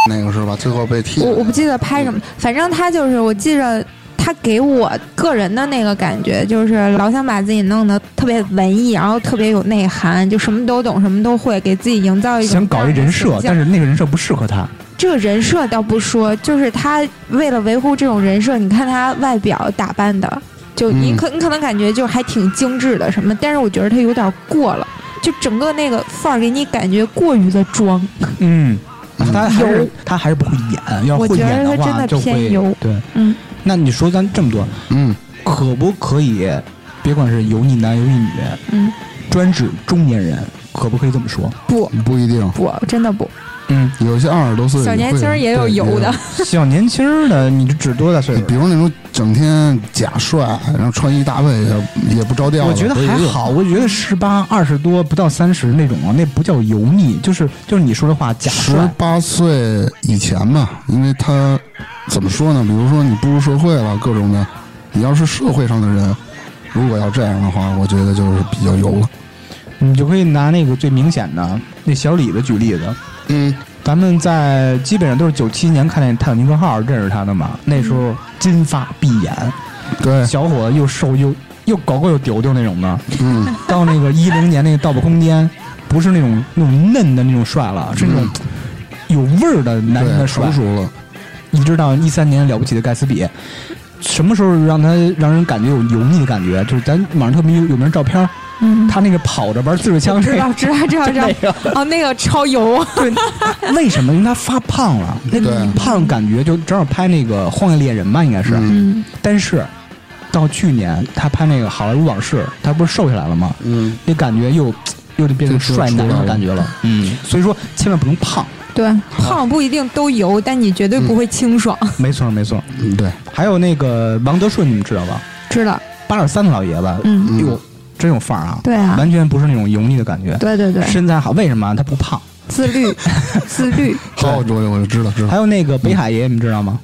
[SPEAKER 3] 那个是吧？最后被踢了。
[SPEAKER 1] 嗯我我不记得拍
[SPEAKER 2] 嗯
[SPEAKER 1] 什么，反正他就是我记着。他给我个人的那个感觉，就是老想把自己弄得特别文艺，然后特别有内涵，就什么都懂，什么都会，给自己营造一种
[SPEAKER 2] 想搞一人
[SPEAKER 1] 这
[SPEAKER 2] 设
[SPEAKER 1] 样的，形象
[SPEAKER 2] 但是那个人设不适合他。
[SPEAKER 1] 这个人设倒不说，就是他为了维护这种人设，你看他外表打扮的，就你
[SPEAKER 3] 嗯
[SPEAKER 1] 可、你可能感觉就还挺精致的什么，但是我觉得他有点过了，就整个那个范儿给你感觉过于的装。
[SPEAKER 2] 嗯，
[SPEAKER 3] 嗯
[SPEAKER 2] 他还是
[SPEAKER 1] 油
[SPEAKER 2] 他还是不会演，要
[SPEAKER 1] 我
[SPEAKER 2] 会
[SPEAKER 1] 觉得
[SPEAKER 2] 演
[SPEAKER 1] 他
[SPEAKER 2] 话
[SPEAKER 1] 真的
[SPEAKER 2] 就
[SPEAKER 1] 偏
[SPEAKER 2] 会
[SPEAKER 1] 油
[SPEAKER 2] 对，
[SPEAKER 1] 嗯，
[SPEAKER 2] 那你说咱这么多，
[SPEAKER 3] 嗯，
[SPEAKER 2] 可不可以，别管是油腻男油腻女，
[SPEAKER 1] 嗯，
[SPEAKER 2] 专指中年人，可不可以这么说？
[SPEAKER 1] 不
[SPEAKER 3] 不一定，
[SPEAKER 1] 不，真的不，
[SPEAKER 2] 嗯，
[SPEAKER 3] 有些二十多岁
[SPEAKER 1] 小年
[SPEAKER 3] 会
[SPEAKER 1] 轻儿也有
[SPEAKER 3] 对
[SPEAKER 1] 油的
[SPEAKER 3] 也，
[SPEAKER 2] 小年轻儿的，你就指多大岁
[SPEAKER 3] 有比
[SPEAKER 2] 数？
[SPEAKER 3] 如那种整天假帅，然后穿衣搭配也也不着调的，
[SPEAKER 2] 我觉得
[SPEAKER 3] 都有
[SPEAKER 2] 还好，我觉得十八、二十多不到三十那种啊，那不叫油腻，就是就是你说的话假
[SPEAKER 3] 十
[SPEAKER 2] 帅。
[SPEAKER 3] 八岁以前吧，因为他怎么说呢？比如说你步入社会了，各种的，你要是社会上的人，如果要这样的话，我觉得就是比较油了。
[SPEAKER 2] 你就可以拿那个最明显的那小李子举例子。
[SPEAKER 3] 嗯，
[SPEAKER 2] 咱们在基本上都是九七年看见《泰坦尼克号》认识他的嘛，那时候金发碧眼，
[SPEAKER 3] 对，
[SPEAKER 2] 小伙子又瘦又又搞搞又丢丢那种的。
[SPEAKER 3] 嗯，
[SPEAKER 2] 到那 个一零年那个《盗宝空间》，不是那种那种嫩的那种帅了，是那种有味儿的男人
[SPEAKER 3] 对，
[SPEAKER 2] 的帅
[SPEAKER 3] 嗯成。熟了，
[SPEAKER 2] 一直到一三年了不起的盖茨比，什么时候让他让人感觉有油腻的感觉？就是咱网上特别有有名照片儿，
[SPEAKER 1] 嗯，
[SPEAKER 2] 他那个跑着玩自 制 枪
[SPEAKER 1] 知
[SPEAKER 2] 那
[SPEAKER 1] 道
[SPEAKER 2] 个，
[SPEAKER 1] 知道知道
[SPEAKER 2] 就
[SPEAKER 1] 知道
[SPEAKER 2] 那，个。
[SPEAKER 1] 哦，那个超油，啊
[SPEAKER 2] 对，为什么？因为他发胖了，那个
[SPEAKER 3] 对
[SPEAKER 2] 胖感觉就正好拍那个《荒野猎人》吧，应该是。
[SPEAKER 3] 嗯
[SPEAKER 1] 嗯，
[SPEAKER 2] 但是到去年他拍那个《好莱坞往事》，他不是瘦下来了吗？
[SPEAKER 3] 嗯，
[SPEAKER 2] 那感觉又又变成帅男的感觉了。嗯，所以说千万不能胖。
[SPEAKER 1] 对，胖不一定都油，但你绝对不会清爽，
[SPEAKER 2] 没错没错。
[SPEAKER 3] 嗯对，
[SPEAKER 2] 还有那个王德顺，你们知道吧？
[SPEAKER 1] 知道，
[SPEAKER 2] 八十三的老爷子，
[SPEAKER 1] 嗯，
[SPEAKER 3] 嗯
[SPEAKER 2] 哟，真有范儿啊！
[SPEAKER 1] 对啊，
[SPEAKER 2] 完全不是那种油腻的感觉，
[SPEAKER 1] 对对对，
[SPEAKER 2] 身材好。为什么啊他不胖？
[SPEAKER 1] 自律，自律，
[SPEAKER 3] 好，我就我就知道知
[SPEAKER 1] 哎
[SPEAKER 2] 还
[SPEAKER 3] 道，
[SPEAKER 2] 有那个北海爷，你们知道吗？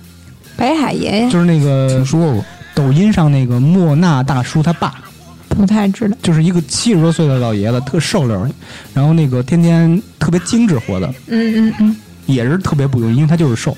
[SPEAKER 1] 北海爷爷
[SPEAKER 2] 就是那
[SPEAKER 3] 听
[SPEAKER 2] 个
[SPEAKER 3] 说过，
[SPEAKER 2] 抖音上那个莫纳大叔他爸，
[SPEAKER 1] 不太知道，
[SPEAKER 2] 就是一个七十多岁的老爷子，特瘦溜儿，然后那个天天特别精致活的，
[SPEAKER 1] 嗯嗯嗯。
[SPEAKER 2] 也是特别不油腻，因为他就是瘦。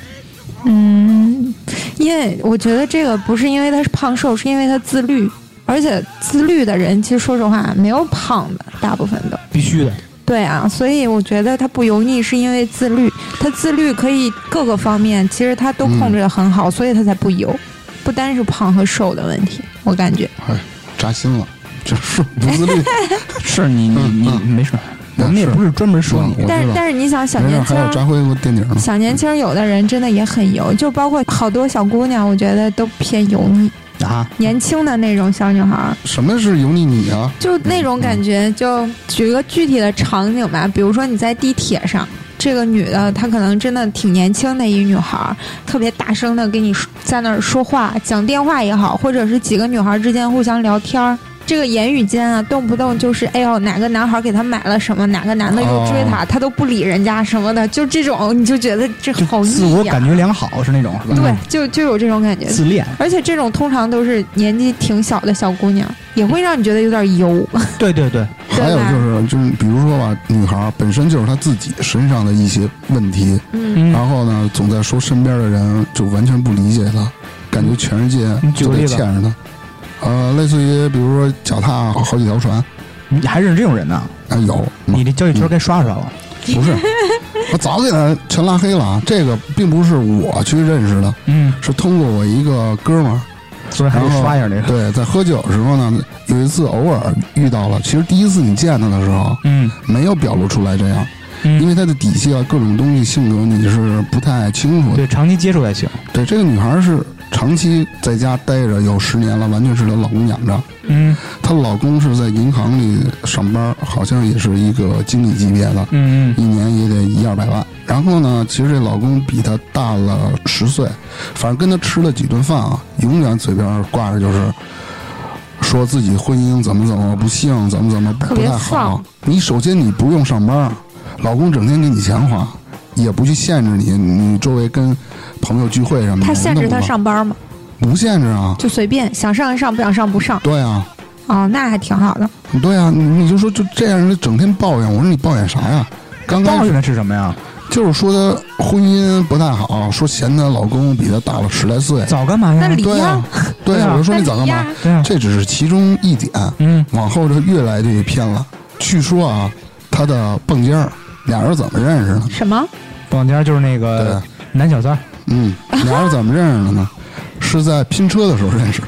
[SPEAKER 1] 嗯，因为我觉得这个不是因为他是胖瘦，是因为他自律，而且自律的人其实说实话没有胖的，大部分都
[SPEAKER 2] 必须的，
[SPEAKER 1] 对啊，所以我觉得他不油腻是因为自律，他自律可以各个方面，其实他都控制的很好，所以他才不油，不单是胖和瘦的问题，我感觉
[SPEAKER 3] 哎，扎心了，就是不自律，
[SPEAKER 2] 是你你
[SPEAKER 3] 嗯
[SPEAKER 2] 你
[SPEAKER 3] 嗯
[SPEAKER 2] 没事儿，我们也
[SPEAKER 3] 是
[SPEAKER 2] 啊不是专门说你
[SPEAKER 3] 嗯我，
[SPEAKER 1] 但是
[SPEAKER 3] 知道
[SPEAKER 1] 但是你想 小
[SPEAKER 3] 没事，
[SPEAKER 1] 年
[SPEAKER 3] 还
[SPEAKER 1] 轻
[SPEAKER 3] 有
[SPEAKER 1] 儿，
[SPEAKER 3] 扎辉给我垫底儿呢，
[SPEAKER 1] 小年轻儿有的人真的也很油，就包括好多小姑娘，我觉得都偏油腻，
[SPEAKER 2] 啊，
[SPEAKER 1] 年轻的那种小女孩儿，
[SPEAKER 3] 什么是油腻你啊？
[SPEAKER 1] 就那种感觉。就举一个具体的场景吧，比如说你在地铁上。这个女的，她可能真的挺年轻的一女孩儿，特别大声的跟你说在那儿说话，讲电话也好，或者是几个女孩儿之间互相聊天儿，这个言语间啊，动不动就是哎呦哪个男孩儿给她买了什么，哪个男的又追她，她都不理人家什么的，就这种你就觉得这
[SPEAKER 2] 就
[SPEAKER 1] 好
[SPEAKER 2] 自我
[SPEAKER 1] 腻呀、
[SPEAKER 2] 感觉良好是那种是吧？
[SPEAKER 1] 对，就就有这种感觉，
[SPEAKER 2] 自恋，
[SPEAKER 1] 而且这种通常都是年纪挺小的小姑娘，也会让你觉得有点油。
[SPEAKER 2] 对对对，
[SPEAKER 3] 还有就是就是比如说吧，女孩儿本身就是她自己身上的一些问题，
[SPEAKER 2] 嗯，
[SPEAKER 3] 然后呢，总在说身边的人就完全不理解她，感觉全世界
[SPEAKER 2] 你嗯举
[SPEAKER 3] 就
[SPEAKER 2] 个例
[SPEAKER 3] 得
[SPEAKER 2] 子
[SPEAKER 3] 欠着她。呃，类似于比如说脚踏好几条船，啊、
[SPEAKER 2] 你还认识这种人呢？
[SPEAKER 3] 有，嗯
[SPEAKER 2] 你这交际圈该刷刷了。
[SPEAKER 3] 不是，我早给他全拉黑了啊。这个并不是我去认识的，
[SPEAKER 2] 嗯，
[SPEAKER 3] 是通过我一个哥们儿，
[SPEAKER 2] 昨天还
[SPEAKER 3] 然
[SPEAKER 2] 得
[SPEAKER 3] 后
[SPEAKER 2] 刷一下这个。
[SPEAKER 3] 对，在喝酒的时候呢，有一次偶尔遇到了。其实第一次你见他的时候，
[SPEAKER 2] 嗯
[SPEAKER 3] 没有表露出来这样，因
[SPEAKER 2] 嗯，
[SPEAKER 3] 为他的底细啊，各种东西性格你是不太清楚的。
[SPEAKER 2] 对，长期接触才行。
[SPEAKER 3] 对，这个女孩是长期在家待着有十年了，完全是她老公养着。
[SPEAKER 2] 嗯
[SPEAKER 3] 她老公是在银行里上班，好像也是一个经理级别的。
[SPEAKER 2] 嗯
[SPEAKER 3] 一年也得一二百万。然后呢，其实这老公比她大了十岁，反正跟她吃了几顿饭啊，永远嘴边挂着就是说自己婚姻怎么怎么不幸，怎么怎么
[SPEAKER 1] 特
[SPEAKER 3] 不不
[SPEAKER 1] 别
[SPEAKER 3] 太好。你首先你不用上班，老公整天给你钱花，也不去限制你，你周围跟朋友聚会什么的，
[SPEAKER 1] 他限制他
[SPEAKER 3] 嗯那不
[SPEAKER 1] 上班吗？
[SPEAKER 3] 不限制啊？
[SPEAKER 1] 就随便想上上，不想上不上。
[SPEAKER 3] 对啊，
[SPEAKER 1] 哦，那还挺好的。
[SPEAKER 3] 对啊，你你就说就这样，人整天抱怨，我说你抱怨啥呀？刚
[SPEAKER 2] 嗯，
[SPEAKER 3] 开
[SPEAKER 2] 抱
[SPEAKER 3] 始
[SPEAKER 2] 怨的是什么呀？
[SPEAKER 3] 就是说她婚姻不太好，说嫌她老公比她大了十来岁。
[SPEAKER 2] 早干嘛
[SPEAKER 1] 那
[SPEAKER 2] 呀
[SPEAKER 1] 离？
[SPEAKER 3] 对
[SPEAKER 1] 呀
[SPEAKER 3] 啊，，对
[SPEAKER 2] 对啊
[SPEAKER 3] 啊，我就说
[SPEAKER 1] 那
[SPEAKER 3] 你早干
[SPEAKER 1] 离
[SPEAKER 3] 嘛
[SPEAKER 1] 哎呀？？
[SPEAKER 2] 对啊，
[SPEAKER 3] 这只是其中一点，
[SPEAKER 2] 嗯
[SPEAKER 3] 往后就越来越偏了。据说啊，她的蹦尖儿，俩人怎么认识的？
[SPEAKER 1] 什么？
[SPEAKER 2] 绑架就是那
[SPEAKER 3] 对
[SPEAKER 2] 个，男小三儿，
[SPEAKER 3] 嗯，俩人怎么认识的呢？是在拼车的时候 认识，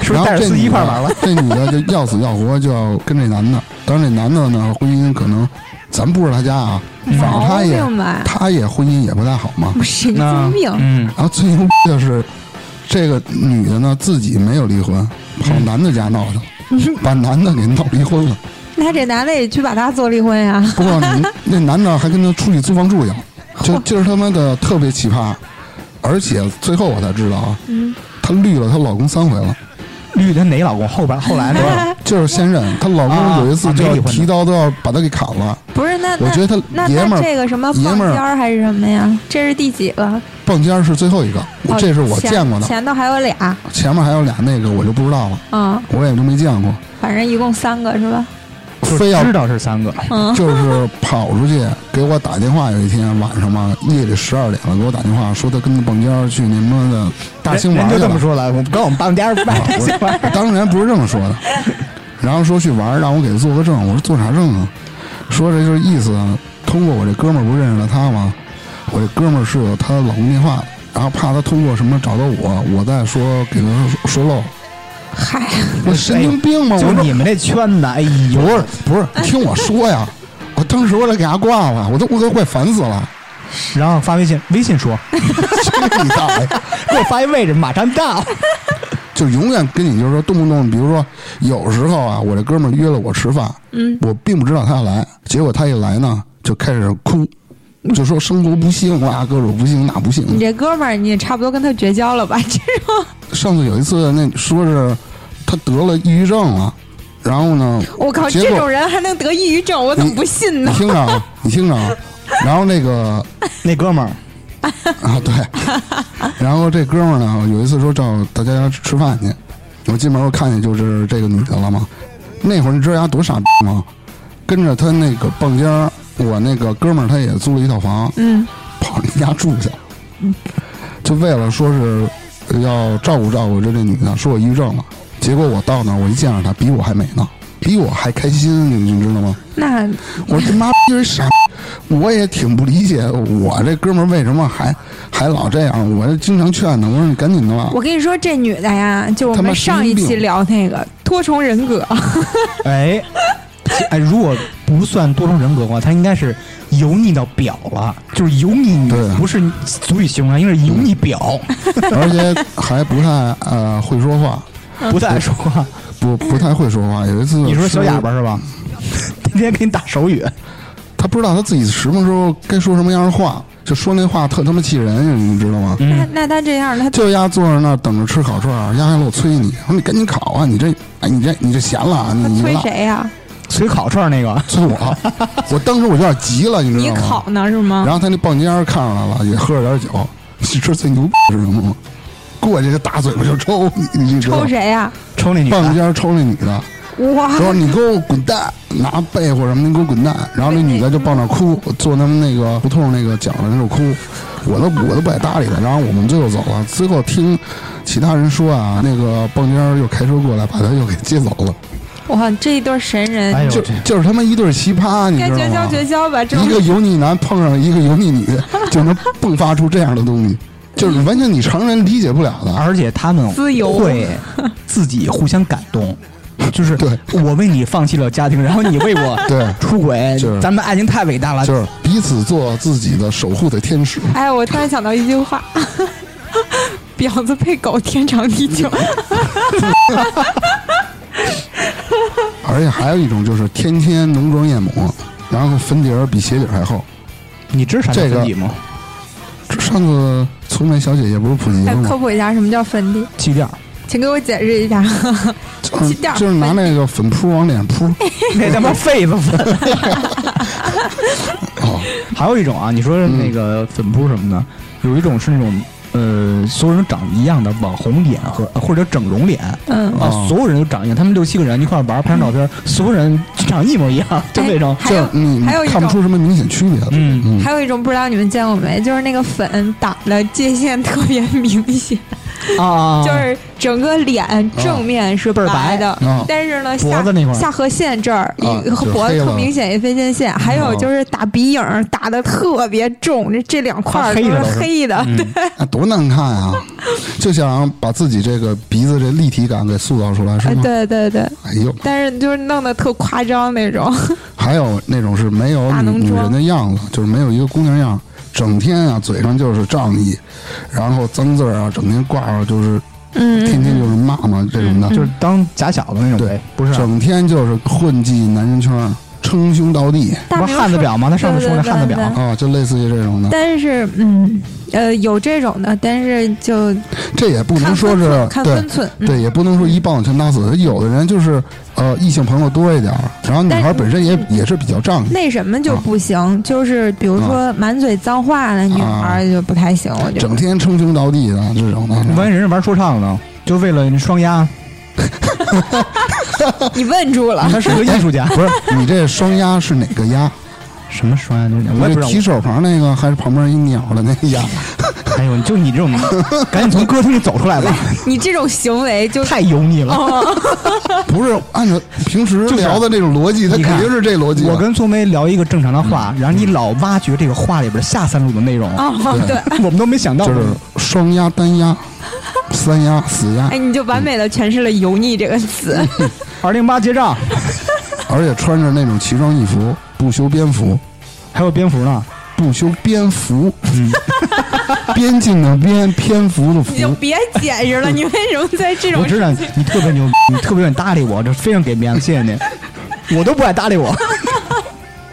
[SPEAKER 2] 是不
[SPEAKER 3] 然
[SPEAKER 2] 是
[SPEAKER 3] 后
[SPEAKER 2] 带着
[SPEAKER 3] 这
[SPEAKER 2] 司机
[SPEAKER 3] 女
[SPEAKER 2] 一块儿
[SPEAKER 3] 的
[SPEAKER 2] 玩了？。
[SPEAKER 3] 这女的就要死要活就要跟这男的，当然这男的呢，婚姻可能咱不知道他家啊，反正
[SPEAKER 1] 毛
[SPEAKER 3] 他也
[SPEAKER 1] 病吧？
[SPEAKER 3] 他也婚姻也不太好嘛。
[SPEAKER 1] 我神
[SPEAKER 2] 那
[SPEAKER 1] 经病！
[SPEAKER 2] 嗯，
[SPEAKER 3] 然后最牛逼的是，这个女的呢自己没有离婚，跑
[SPEAKER 2] 嗯
[SPEAKER 3] 男的家闹去，把男的给闹离婚了。
[SPEAKER 1] 那这男的也去把他做离婚呀？
[SPEAKER 3] 不 过你那男的还跟她出去租房住去，就就是他妈的特别奇葩。而且最后我才知道啊，
[SPEAKER 2] 嗯
[SPEAKER 3] 她绿了她老公三回了，
[SPEAKER 2] 绿的哪老公？后边后来 的
[SPEAKER 3] 就是现任。她老
[SPEAKER 2] 啊
[SPEAKER 3] 公有一次
[SPEAKER 2] 啊
[SPEAKER 3] 就
[SPEAKER 2] 没
[SPEAKER 3] 要
[SPEAKER 2] 离婚的
[SPEAKER 3] 提刀都要把她给砍了。
[SPEAKER 1] 不是，那
[SPEAKER 3] 我觉
[SPEAKER 1] 那
[SPEAKER 3] 得
[SPEAKER 1] 那
[SPEAKER 3] 她爷们
[SPEAKER 1] 那
[SPEAKER 3] 儿
[SPEAKER 1] 这个什么
[SPEAKER 3] 爷
[SPEAKER 1] 放
[SPEAKER 3] 们儿
[SPEAKER 1] 尖儿还是什么呀？这是第几个？
[SPEAKER 3] 傍尖儿是最后一个，我
[SPEAKER 1] 哦
[SPEAKER 3] 这是我
[SPEAKER 1] 前
[SPEAKER 3] 见过的，
[SPEAKER 1] 前头还有俩，
[SPEAKER 3] 前面还有俩那个我就不知道了，
[SPEAKER 1] 嗯，
[SPEAKER 3] 我也就没见过。
[SPEAKER 1] 反正一共三个是吧？
[SPEAKER 2] 就
[SPEAKER 3] 非要
[SPEAKER 2] 知道是三 个，
[SPEAKER 1] 嗯，
[SPEAKER 3] 就是跑出去给我打电话，有一天晚上嘛，夜里十二点了，给我打电话说他跟那蹦尖儿去你妈的大兴玩
[SPEAKER 2] 人
[SPEAKER 3] 去
[SPEAKER 2] 人就这么
[SPEAKER 3] 了。
[SPEAKER 2] 说了，我跟我们爸家人
[SPEAKER 3] 啊
[SPEAKER 2] 玩
[SPEAKER 3] 我当然不是这么说的，然后说去玩儿，让我给他做个证。我说做啥证啊？说这就是意思啊，通过我这哥们儿不认识了他吗？我这哥们儿是有她老公电话的，然后怕他通过什么找到我，我再说给他说说漏。
[SPEAKER 1] 嗨，
[SPEAKER 3] 我神经病吗？我
[SPEAKER 2] 就
[SPEAKER 3] 说
[SPEAKER 2] 你们这圈子，哎呦，
[SPEAKER 3] 不是不是，你听我说呀，我当时我得给他挂了，我都我都快烦死了。
[SPEAKER 2] 然后发微信，微信 说
[SPEAKER 3] 去你大爷！
[SPEAKER 2] 给我发一位置，马上 到。
[SPEAKER 3] 就永远跟你就是说动不动，比如说有时候啊，我这哥们儿约了我吃饭，
[SPEAKER 1] 嗯，
[SPEAKER 3] 我并不知道他要来，结果他一来呢，就开始哭，
[SPEAKER 1] 嗯
[SPEAKER 3] 就说生活不幸啦，各种不幸那不
[SPEAKER 1] 你
[SPEAKER 3] 幸。
[SPEAKER 1] 这哥们儿你也差不多跟他绝交了吧？这种，
[SPEAKER 3] 上次有一次那说是他得了抑郁症了，然后呢，
[SPEAKER 1] 我靠，
[SPEAKER 3] 结
[SPEAKER 1] 这
[SPEAKER 3] 果
[SPEAKER 1] 种人还能得抑郁症，我怎么不信
[SPEAKER 3] 你
[SPEAKER 1] 呢？
[SPEAKER 3] 听着啊，你听着啊，然后那个
[SPEAKER 2] 那哥们儿，
[SPEAKER 3] 啊，对。然后这哥们儿呢，有一次说找大家吃饭去，我进门我看见就是这个女的了嘛。那会儿你知道丫多傻逼吗？跟着他那个蹦尖儿，我那个哥们儿他也租了一套房，
[SPEAKER 1] 嗯，
[SPEAKER 3] 跑人家住去了，就为了说是要照顾照顾这这女的，说我抑郁症了。结果我到那儿，我一见着她，比我还美呢，比我还开心，你你知道吗？
[SPEAKER 1] 那
[SPEAKER 3] 我他妈逼是傻逼，我也挺不理解，我这哥们儿为什么还还老这样？我就经常劝他，我说你赶紧的吧
[SPEAKER 1] 我。跟你说，这女的呀，就我
[SPEAKER 3] 他妈
[SPEAKER 1] 们上一
[SPEAKER 3] 神
[SPEAKER 1] 期
[SPEAKER 3] 经病
[SPEAKER 1] 聊那个多重人 格，
[SPEAKER 2] 哎哎，如果不算多重人格的话，他应该是油腻到表了，就是油腻
[SPEAKER 3] 对，
[SPEAKER 2] 不是足以形容，应该是油腻 表，
[SPEAKER 3] 而且还不太呃会说话，
[SPEAKER 2] 不太爱说话。
[SPEAKER 3] 不不太会说话。有一次
[SPEAKER 2] 你说小
[SPEAKER 3] 是
[SPEAKER 2] 哑巴，是吧？天天给你打手语，
[SPEAKER 3] 他不知道他自己什么时候该说什么样的话，就说那话特他妈气人，你知道吗？
[SPEAKER 2] 嗯
[SPEAKER 1] 那那她这样，她
[SPEAKER 3] 就丫坐在那儿等着吃烤串儿，丫还老催你，说你赶紧烤啊！你这，哎，你这，你这闲了啊，你你
[SPEAKER 1] 催
[SPEAKER 3] 拉
[SPEAKER 1] 谁呀？
[SPEAKER 2] 随烤串儿那个，
[SPEAKER 3] 催我，我当时我有点急了，你知
[SPEAKER 1] 你
[SPEAKER 3] 道吗？
[SPEAKER 1] 考呢是吗？
[SPEAKER 3] 嗯然后他那棒尖儿看上来了，也喝了点酒。你知道最牛逼是什么吗？过去这大嘴巴就抽，你你知道
[SPEAKER 1] 抽
[SPEAKER 3] 吗？
[SPEAKER 1] 谁呀？啊
[SPEAKER 2] 抽那女
[SPEAKER 3] 棒
[SPEAKER 2] 的，
[SPEAKER 3] 尖儿抽那女的，
[SPEAKER 1] 哇，
[SPEAKER 3] 说你给我滚蛋，拿被或者什么，你给我滚蛋。然后那女的就抱那哭，坐他们那个胡同那个角上那儿哭，我都我都不爱搭理她。然后我们最后走了，最后听其他人说啊，那个蹦尖儿又开车过来，把她又给接走了。
[SPEAKER 1] 哇，这一对神人，
[SPEAKER 2] 哎呦
[SPEAKER 3] 就
[SPEAKER 2] 这
[SPEAKER 3] 就是他妈一对儿奇葩，你
[SPEAKER 1] 该
[SPEAKER 3] 知道
[SPEAKER 1] 绝交绝交
[SPEAKER 3] 吗？
[SPEAKER 1] 吧，这
[SPEAKER 3] 一个
[SPEAKER 1] 种
[SPEAKER 3] 油腻男碰上一个油腻女，就能迸发出这样 的东西，就是完全你常人理解不了的。
[SPEAKER 2] 而且他们
[SPEAKER 1] 自由
[SPEAKER 2] 会自己互相感动，就是
[SPEAKER 3] 对
[SPEAKER 2] 我为你放弃了家庭，然后你为我
[SPEAKER 3] 对
[SPEAKER 2] 出轨
[SPEAKER 3] 就是，
[SPEAKER 2] 咱们爱情太伟大了。
[SPEAKER 3] 就是彼此做自己的守护的天使。
[SPEAKER 1] 哎，我突然想到一句话：“ 婊子配狗，天长地久。
[SPEAKER 3] 而且还有一种就是天天浓妆艳抹，然后粉底儿比鞋底儿还厚。
[SPEAKER 2] 你知道啥叫
[SPEAKER 3] 这个
[SPEAKER 2] 粉底吗？
[SPEAKER 3] 这上次粗眉小姐姐不是普及”
[SPEAKER 1] 来
[SPEAKER 3] 了
[SPEAKER 1] 哎科
[SPEAKER 3] 吗？
[SPEAKER 1] 普一下什么叫粉底，
[SPEAKER 2] 气垫儿，
[SPEAKER 1] 请给我解释一下。
[SPEAKER 3] 就是
[SPEAKER 1] 气垫儿
[SPEAKER 3] 就是拿那个粉扑往脸扑。
[SPEAKER 2] 那他妈痱子粉。
[SPEAKER 3] 哦，
[SPEAKER 2] 还有一种啊，你说那个粉扑什么的，有一种是那种呃，所有人长一样的网红脸和或者整容脸。
[SPEAKER 1] 嗯，
[SPEAKER 2] 啊
[SPEAKER 3] 哦，嗯
[SPEAKER 2] 所有人都长一样，他们六七个人一块儿玩儿，拍张照片，所有人长一模一 样，就那种。
[SPEAKER 1] 还
[SPEAKER 3] 这
[SPEAKER 1] 有
[SPEAKER 3] 样你
[SPEAKER 1] 还有一
[SPEAKER 3] 看不
[SPEAKER 1] 种
[SPEAKER 3] 出什么明显区别 的。
[SPEAKER 2] 嗯，
[SPEAKER 3] 嗯，
[SPEAKER 1] 还有一种不知道你们见过没，就是那个粉打的界限特别明显，
[SPEAKER 3] 嗯
[SPEAKER 2] 啊，
[SPEAKER 1] 就是整个脸正面是
[SPEAKER 2] 倍儿白
[SPEAKER 1] 的，
[SPEAKER 3] 啊
[SPEAKER 1] 但是呢
[SPEAKER 2] 嗯脖
[SPEAKER 1] 下
[SPEAKER 2] 子那块儿
[SPEAKER 1] 下颌线这儿
[SPEAKER 3] 啊
[SPEAKER 1] 一和
[SPEAKER 3] 就
[SPEAKER 1] 脖
[SPEAKER 3] 黑
[SPEAKER 1] 子特
[SPEAKER 3] 了
[SPEAKER 1] 明显一分界线，还有
[SPEAKER 3] 哦
[SPEAKER 1] 就是打鼻影儿打的特别重，这这两块儿
[SPEAKER 2] 黑
[SPEAKER 1] 都
[SPEAKER 2] 的
[SPEAKER 1] 是
[SPEAKER 2] 都是嗯
[SPEAKER 1] 黑的，对。
[SPEAKER 3] 啊，多难看啊！就想把自己这个鼻子这立体感给塑造出来，是
[SPEAKER 1] 哎
[SPEAKER 3] 吗？
[SPEAKER 1] 对对对，
[SPEAKER 3] 哎呦，
[SPEAKER 1] 但是就是弄得特夸张那 种。
[SPEAKER 3] 还有那种是没有
[SPEAKER 1] 大浓
[SPEAKER 3] 女女
[SPEAKER 1] 妆
[SPEAKER 3] 人的样子，就是没有一个姑娘样，整天啊嘴上就是仗义，然后脏字儿啊，整天挂着就是天
[SPEAKER 1] 嗯，
[SPEAKER 3] 天就是骂骂这种的，
[SPEAKER 2] 就是当假小子那种
[SPEAKER 3] 对
[SPEAKER 2] 呗，不是啊
[SPEAKER 3] 整天就是混迹男人圈儿，称兄道弟
[SPEAKER 1] 大
[SPEAKER 2] 不
[SPEAKER 1] 明
[SPEAKER 2] 是汉子
[SPEAKER 1] 说
[SPEAKER 2] 表吗？他上次说那
[SPEAKER 1] 对对
[SPEAKER 2] 汉子
[SPEAKER 1] 对
[SPEAKER 2] 表
[SPEAKER 1] 对，
[SPEAKER 3] 啊，就类似于这种的，
[SPEAKER 1] 但是嗯呃有这种的，但是就
[SPEAKER 3] 这也不能
[SPEAKER 1] 看
[SPEAKER 3] 说
[SPEAKER 1] 分
[SPEAKER 3] 是
[SPEAKER 1] 寸，看
[SPEAKER 3] 对
[SPEAKER 1] 分寸。嗯
[SPEAKER 3] 对，也不能说一棒子全打死。有的人就是呃异性朋友多一点儿，然后女
[SPEAKER 1] 但
[SPEAKER 3] 孩本身也
[SPEAKER 1] 嗯
[SPEAKER 3] 也是比较仗义，
[SPEAKER 1] 那什么就不
[SPEAKER 2] 嗯
[SPEAKER 1] 行，就是比如说满嘴脏话的女孩
[SPEAKER 2] 啊
[SPEAKER 1] 就不太行，我觉
[SPEAKER 3] 整
[SPEAKER 1] 得。
[SPEAKER 3] 天称兄道弟的这种的
[SPEAKER 2] 万。一人家玩说唱呢，就为了双压，
[SPEAKER 1] 你问住了，
[SPEAKER 2] 他是个艺术家。
[SPEAKER 3] 不是你这双鸭是哪个鸭？
[SPEAKER 2] 什么双压就是我也
[SPEAKER 3] 你
[SPEAKER 2] 不
[SPEAKER 3] 这提
[SPEAKER 2] 知
[SPEAKER 3] 手旁那个还是旁边一鸟的那 个鸭？
[SPEAKER 2] 道。哎呦，就你这 种，赶紧从歌厅里走出来吧，
[SPEAKER 1] 你这种行为就
[SPEAKER 2] 太油腻了。
[SPEAKER 3] 不是按照平时
[SPEAKER 2] 就是
[SPEAKER 3] 聊的这种逻辑，他
[SPEAKER 2] 你看
[SPEAKER 3] 肯定是这逻辑啊嗯了。
[SPEAKER 2] 我跟苏梅聊一个正常的话，然后你老挖掘这个话里边下三路的内容，
[SPEAKER 1] 哦对，
[SPEAKER 2] 我们都没想到
[SPEAKER 3] 就。是双鸭、单鸭、三鸭、死鸭
[SPEAKER 1] 哎，，你就完美的诠释了“油腻”这个 词。
[SPEAKER 2] 二零八结账，
[SPEAKER 3] 而且穿着那种奇装异服，不修边幅，
[SPEAKER 2] 还有蝙蝠 呢。
[SPEAKER 3] 不修边幅，
[SPEAKER 2] 嗯
[SPEAKER 3] 边境的边，篇幅的
[SPEAKER 1] 你就
[SPEAKER 3] 幅。
[SPEAKER 1] 别解释了，你为什么在这种
[SPEAKER 2] 我知道你你特别牛逼， 你特别愿意搭理我，这非常给 面子，谢谢你。我都不爱搭理我，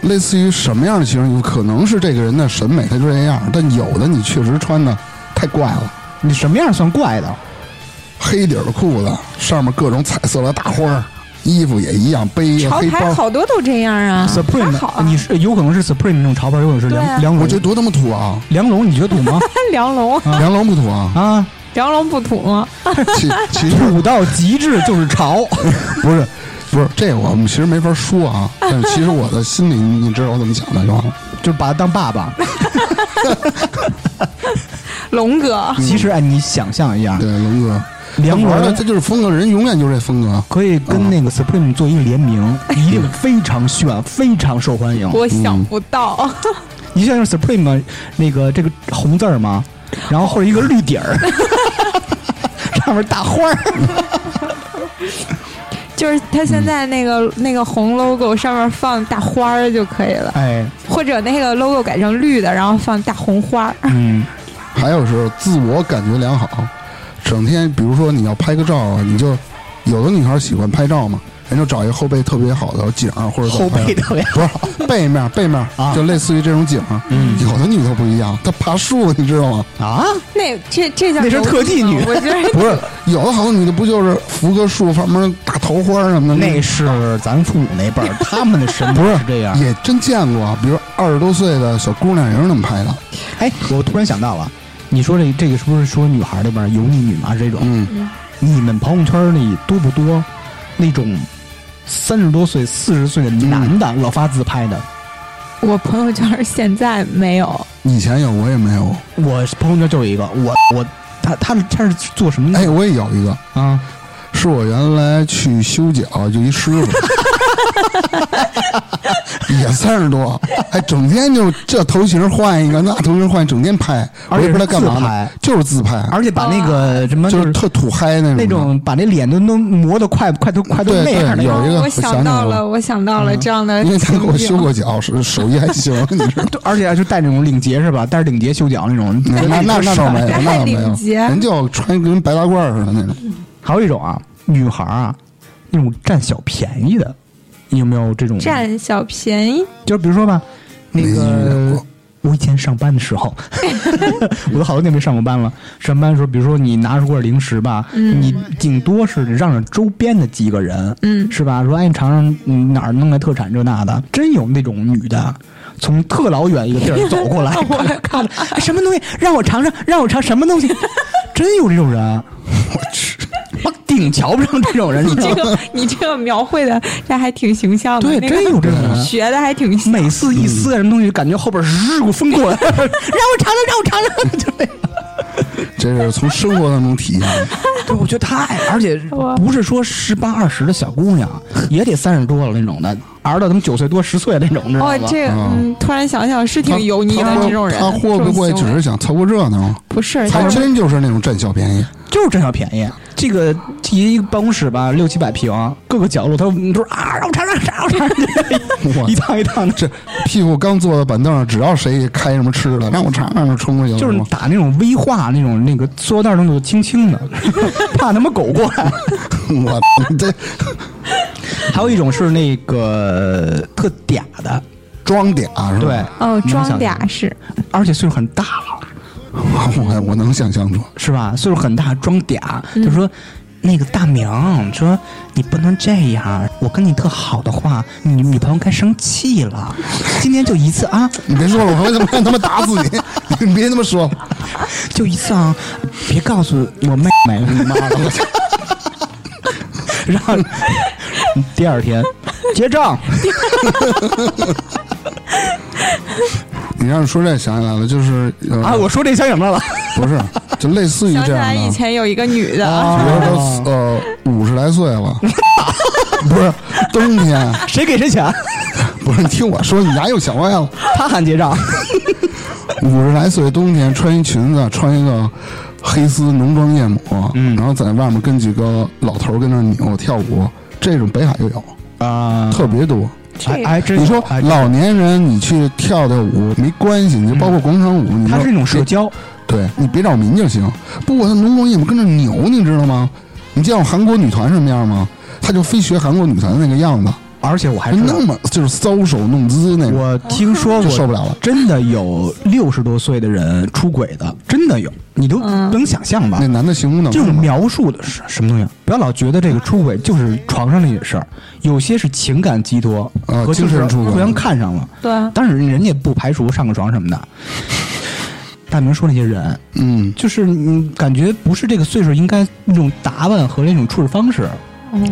[SPEAKER 3] 类似于什么样的奇装异服？可能是这个人的审美，他就这样。但有的你确实穿的太怪了，
[SPEAKER 2] 你什么样算怪的？
[SPEAKER 3] 黑底儿的裤子，上面各种彩色的大花儿，衣服也一样，背一个
[SPEAKER 1] 潮
[SPEAKER 3] 黑
[SPEAKER 1] 牌
[SPEAKER 3] 包。
[SPEAKER 1] 好多都这样啊？还
[SPEAKER 2] Supreme，、
[SPEAKER 1] 好啊，
[SPEAKER 2] 你是有可能是 Supreme 那种潮牌，有可能是
[SPEAKER 1] 对啊
[SPEAKER 2] 梁梁
[SPEAKER 3] 我觉得
[SPEAKER 2] 龙。
[SPEAKER 3] 多他妈土啊！
[SPEAKER 2] 梁龙，你觉得土吗？
[SPEAKER 1] 梁龙，
[SPEAKER 3] 梁龙不土啊，
[SPEAKER 2] 啊，
[SPEAKER 1] 梁龙不土吗？
[SPEAKER 3] 其其实
[SPEAKER 2] 土到极致就是潮。
[SPEAKER 3] 不是，不是，这我们其实没法说 啊。但是其实我的心里，你你知道我怎么想的就完了。
[SPEAKER 2] 就把他当爸爸。
[SPEAKER 1] 龙哥，
[SPEAKER 2] 其实哎，你想象一下
[SPEAKER 3] 对，，龙哥，
[SPEAKER 2] 梁
[SPEAKER 3] 玩的
[SPEAKER 2] 龙
[SPEAKER 3] 这就是风格，人永远就是这风格。
[SPEAKER 2] 可以跟那个 Supreme 做一个联名，一定非常炫，非常受欢迎。
[SPEAKER 1] 我想不到，
[SPEAKER 2] 你像就是 Supreme 那个这个红字儿吗？然后或者一个绿底 儿，上面大花儿，
[SPEAKER 1] 就是他现在那
[SPEAKER 2] 嗯
[SPEAKER 1] 个那个红 logo 上面放大花儿就可以了，
[SPEAKER 2] 哎，
[SPEAKER 1] 或者那个 logo 改成绿的，然后放大红花儿。
[SPEAKER 2] 嗯，
[SPEAKER 3] 还有是自我感觉良好，整天比如说你要拍个照啊，你就有的女孩喜欢拍照嘛，人就找一个后背特别好的景儿或者怎
[SPEAKER 2] 后
[SPEAKER 3] 么拍
[SPEAKER 2] 背特别
[SPEAKER 3] 不是背面背面
[SPEAKER 2] 啊
[SPEAKER 3] 就类似于这种景儿。
[SPEAKER 2] 嗯
[SPEAKER 3] 有的女的不一样，她爬树，你知道吗？
[SPEAKER 2] 啊，
[SPEAKER 1] 那这这叫
[SPEAKER 2] 那是特技女
[SPEAKER 1] 我觉得
[SPEAKER 3] 不是，有的好多女的不就是扶个树旁边大桃花什么的，
[SPEAKER 2] 那是咱父母那 辈儿，他们的审
[SPEAKER 3] 不
[SPEAKER 2] 美
[SPEAKER 3] 是
[SPEAKER 2] 是这样。
[SPEAKER 3] 也真见过啊，比如二十多岁的小姑娘也是那么拍的，
[SPEAKER 2] 哎，我突然想到了，你说这这个是不是说女孩这边儿油腻女嘛这种？
[SPEAKER 3] 嗯，
[SPEAKER 2] 你们朋友圈里多不多那种三十多岁、四十岁的男的老发自拍的。
[SPEAKER 1] 我朋友圈现在没有，
[SPEAKER 3] 以前有我也没有，
[SPEAKER 2] 我朋友圈就有一个，我我他他他是做什么的、
[SPEAKER 3] 哎，我也有一个，
[SPEAKER 2] 啊？
[SPEAKER 3] 是我原来去修脚，就一师傅， 也三十多，还整天就这头型换一个，那头型换，整天拍，我
[SPEAKER 2] 而且
[SPEAKER 3] 也
[SPEAKER 2] 是
[SPEAKER 3] 不知道干嘛
[SPEAKER 2] 自拍
[SPEAKER 3] 呢，就是自拍，
[SPEAKER 2] 而且把那个什么
[SPEAKER 3] 就是特土嗨那种的
[SPEAKER 2] 那种把那脸都弄磨得快快都快都
[SPEAKER 3] 对
[SPEAKER 2] 那样的
[SPEAKER 3] 对有一个
[SPEAKER 1] 我
[SPEAKER 3] 我
[SPEAKER 1] 想到
[SPEAKER 3] 想起来了嗯
[SPEAKER 1] 我想到了这样的
[SPEAKER 3] 因为他
[SPEAKER 1] 情
[SPEAKER 3] 给我修
[SPEAKER 1] 景。
[SPEAKER 3] 过脚，手手艺还行，你知道吗。
[SPEAKER 2] 对而且还是戴那种领结是吧？带着领结修脚那种，
[SPEAKER 3] 那那那那倒没有，那倒没有
[SPEAKER 1] 领结，
[SPEAKER 3] 人就穿跟白大褂似的那种。
[SPEAKER 2] 还有一种啊，女孩儿啊，那种占小便宜的，你有没有这种？
[SPEAKER 1] 占小便宜，
[SPEAKER 2] 就比如说吧，那
[SPEAKER 3] 没遇
[SPEAKER 2] 个
[SPEAKER 3] 过
[SPEAKER 2] 我以前上班的时候， 我都好多年没上过班了。上班的时候，比如说你拿出块零食吧，你顶多是让让周边的几个人，
[SPEAKER 1] 嗯
[SPEAKER 2] 是吧？说哎，你尝尝嗯哪儿弄来特产这那的，真有那种女的。从特老远一个地儿走过来，看着看着、 哎什么东西，让我尝尝，让我尝什么东西，真有这种人， 我去，我顶瞧不上这种人，你知道
[SPEAKER 1] 这
[SPEAKER 2] 吗
[SPEAKER 1] 个你这个描绘的这还挺形象的，
[SPEAKER 2] 对，
[SPEAKER 1] 那
[SPEAKER 2] 真
[SPEAKER 1] 个
[SPEAKER 2] 有这种人，
[SPEAKER 1] 学的还
[SPEAKER 3] 嗯
[SPEAKER 1] 挺像。
[SPEAKER 2] 每次一撕什么东西，感觉后边日股风过来， 让我尝尝，让我尝尝。 就那样
[SPEAKER 3] 这是从生活当中体验 的。
[SPEAKER 2] 对，我觉得太，而 且不是说十八二十的小姑娘，也得三十多了那种的，玩到他们九岁多十岁那种，知道
[SPEAKER 1] 哦
[SPEAKER 2] 吗？，
[SPEAKER 1] 这个嗯，突然想想是挺油腻的
[SPEAKER 3] 他
[SPEAKER 1] 这种人，
[SPEAKER 3] 他会不会
[SPEAKER 1] 这种
[SPEAKER 3] 只
[SPEAKER 1] 行为
[SPEAKER 3] 是想凑个热闹？
[SPEAKER 1] 不是
[SPEAKER 3] 还
[SPEAKER 1] 就是
[SPEAKER 3] 真就是那种占小便宜。
[SPEAKER 2] 嗯就是占小便宜。这个一个办公室吧，六七百平，各个角落他们都是啊，让我尝尝，让我尝 尝，一趟一趟的，
[SPEAKER 3] 这屁股刚坐到板凳上，只要谁开什么吃的，让我尝尝就冲过去了。
[SPEAKER 2] 就是
[SPEAKER 3] 吗
[SPEAKER 2] 打那种威化那种那个塑料袋弄得轻轻的， 怕他妈狗过来。
[SPEAKER 3] 我这
[SPEAKER 2] 还有一种是那个特嗲的，
[SPEAKER 3] 装嗲是吧？
[SPEAKER 2] 对，
[SPEAKER 1] 哦，
[SPEAKER 2] 你能
[SPEAKER 1] 装
[SPEAKER 2] 想象
[SPEAKER 1] 嗲是
[SPEAKER 2] 而且岁数很大了，
[SPEAKER 3] 我我能想象出。
[SPEAKER 2] 是吧？岁数很大，装嗲，
[SPEAKER 1] 嗯
[SPEAKER 2] 就说。那个大明说：“你不能这样，我跟你特好的话，你女朋友该生气了。今天就一次啊，
[SPEAKER 3] 你别说了，我他妈让他们打死你！你别他妈说了，
[SPEAKER 2] 就一次啊，别告诉我妹妹你妈了。我操”然后第二天结账，
[SPEAKER 3] 你让说这想起来了，就是呃
[SPEAKER 2] 啊，我说这小影子了，
[SPEAKER 3] 不是，就类似于
[SPEAKER 1] 想起
[SPEAKER 3] 这样啊
[SPEAKER 1] 来以
[SPEAKER 3] 的。
[SPEAKER 1] 前有一个女的，
[SPEAKER 3] 比如
[SPEAKER 2] 哦
[SPEAKER 3] 说呃五十来岁了，不是冬天，
[SPEAKER 2] 谁给谁钱？
[SPEAKER 3] 不是你听我说，你哪有想歪了？
[SPEAKER 2] 他喊结账，
[SPEAKER 3] 五十来岁冬天穿一裙子，穿一个黑丝浓妆艳抹，嗯，然后在外面跟几个老头儿跟那儿扭跳舞，这种北海就有，
[SPEAKER 2] 啊，
[SPEAKER 3] 特别多。
[SPEAKER 1] 这
[SPEAKER 2] 还
[SPEAKER 1] 个
[SPEAKER 2] 还真有
[SPEAKER 3] 你说
[SPEAKER 2] 还真有
[SPEAKER 3] 老年人你去跳跳舞没关系，你就包括广场舞，你
[SPEAKER 2] 嗯它
[SPEAKER 3] 说
[SPEAKER 2] 是一种社交，
[SPEAKER 3] 对你别扰民就行。不过他浓妆艳抹跟那儿扭，你知道吗？你见过韩国女团什么样吗？他就非学韩国女团那个样子，
[SPEAKER 2] 而且我还
[SPEAKER 3] 就
[SPEAKER 2] 知道
[SPEAKER 3] 那么就是搔首弄姿那种。
[SPEAKER 2] 我听说过，
[SPEAKER 3] 嗯就受不了了
[SPEAKER 2] 真的有六十多岁的人出轨的，真的有，你都
[SPEAKER 1] 嗯
[SPEAKER 2] 能想象吧
[SPEAKER 3] 那？男的行不能
[SPEAKER 2] 这种描述的是什么东西？啊不要老觉得这个出轨就是床上那些事儿，有些是情感寄托
[SPEAKER 3] 啊
[SPEAKER 2] 和就是
[SPEAKER 3] 精神出轨
[SPEAKER 2] 互相看上了，
[SPEAKER 1] 对啊
[SPEAKER 2] 但是人家不排除上个床什么的。大明说那些人，
[SPEAKER 3] 嗯，
[SPEAKER 2] 就是你感觉不是这个岁数应该那种打扮和那种处事方式，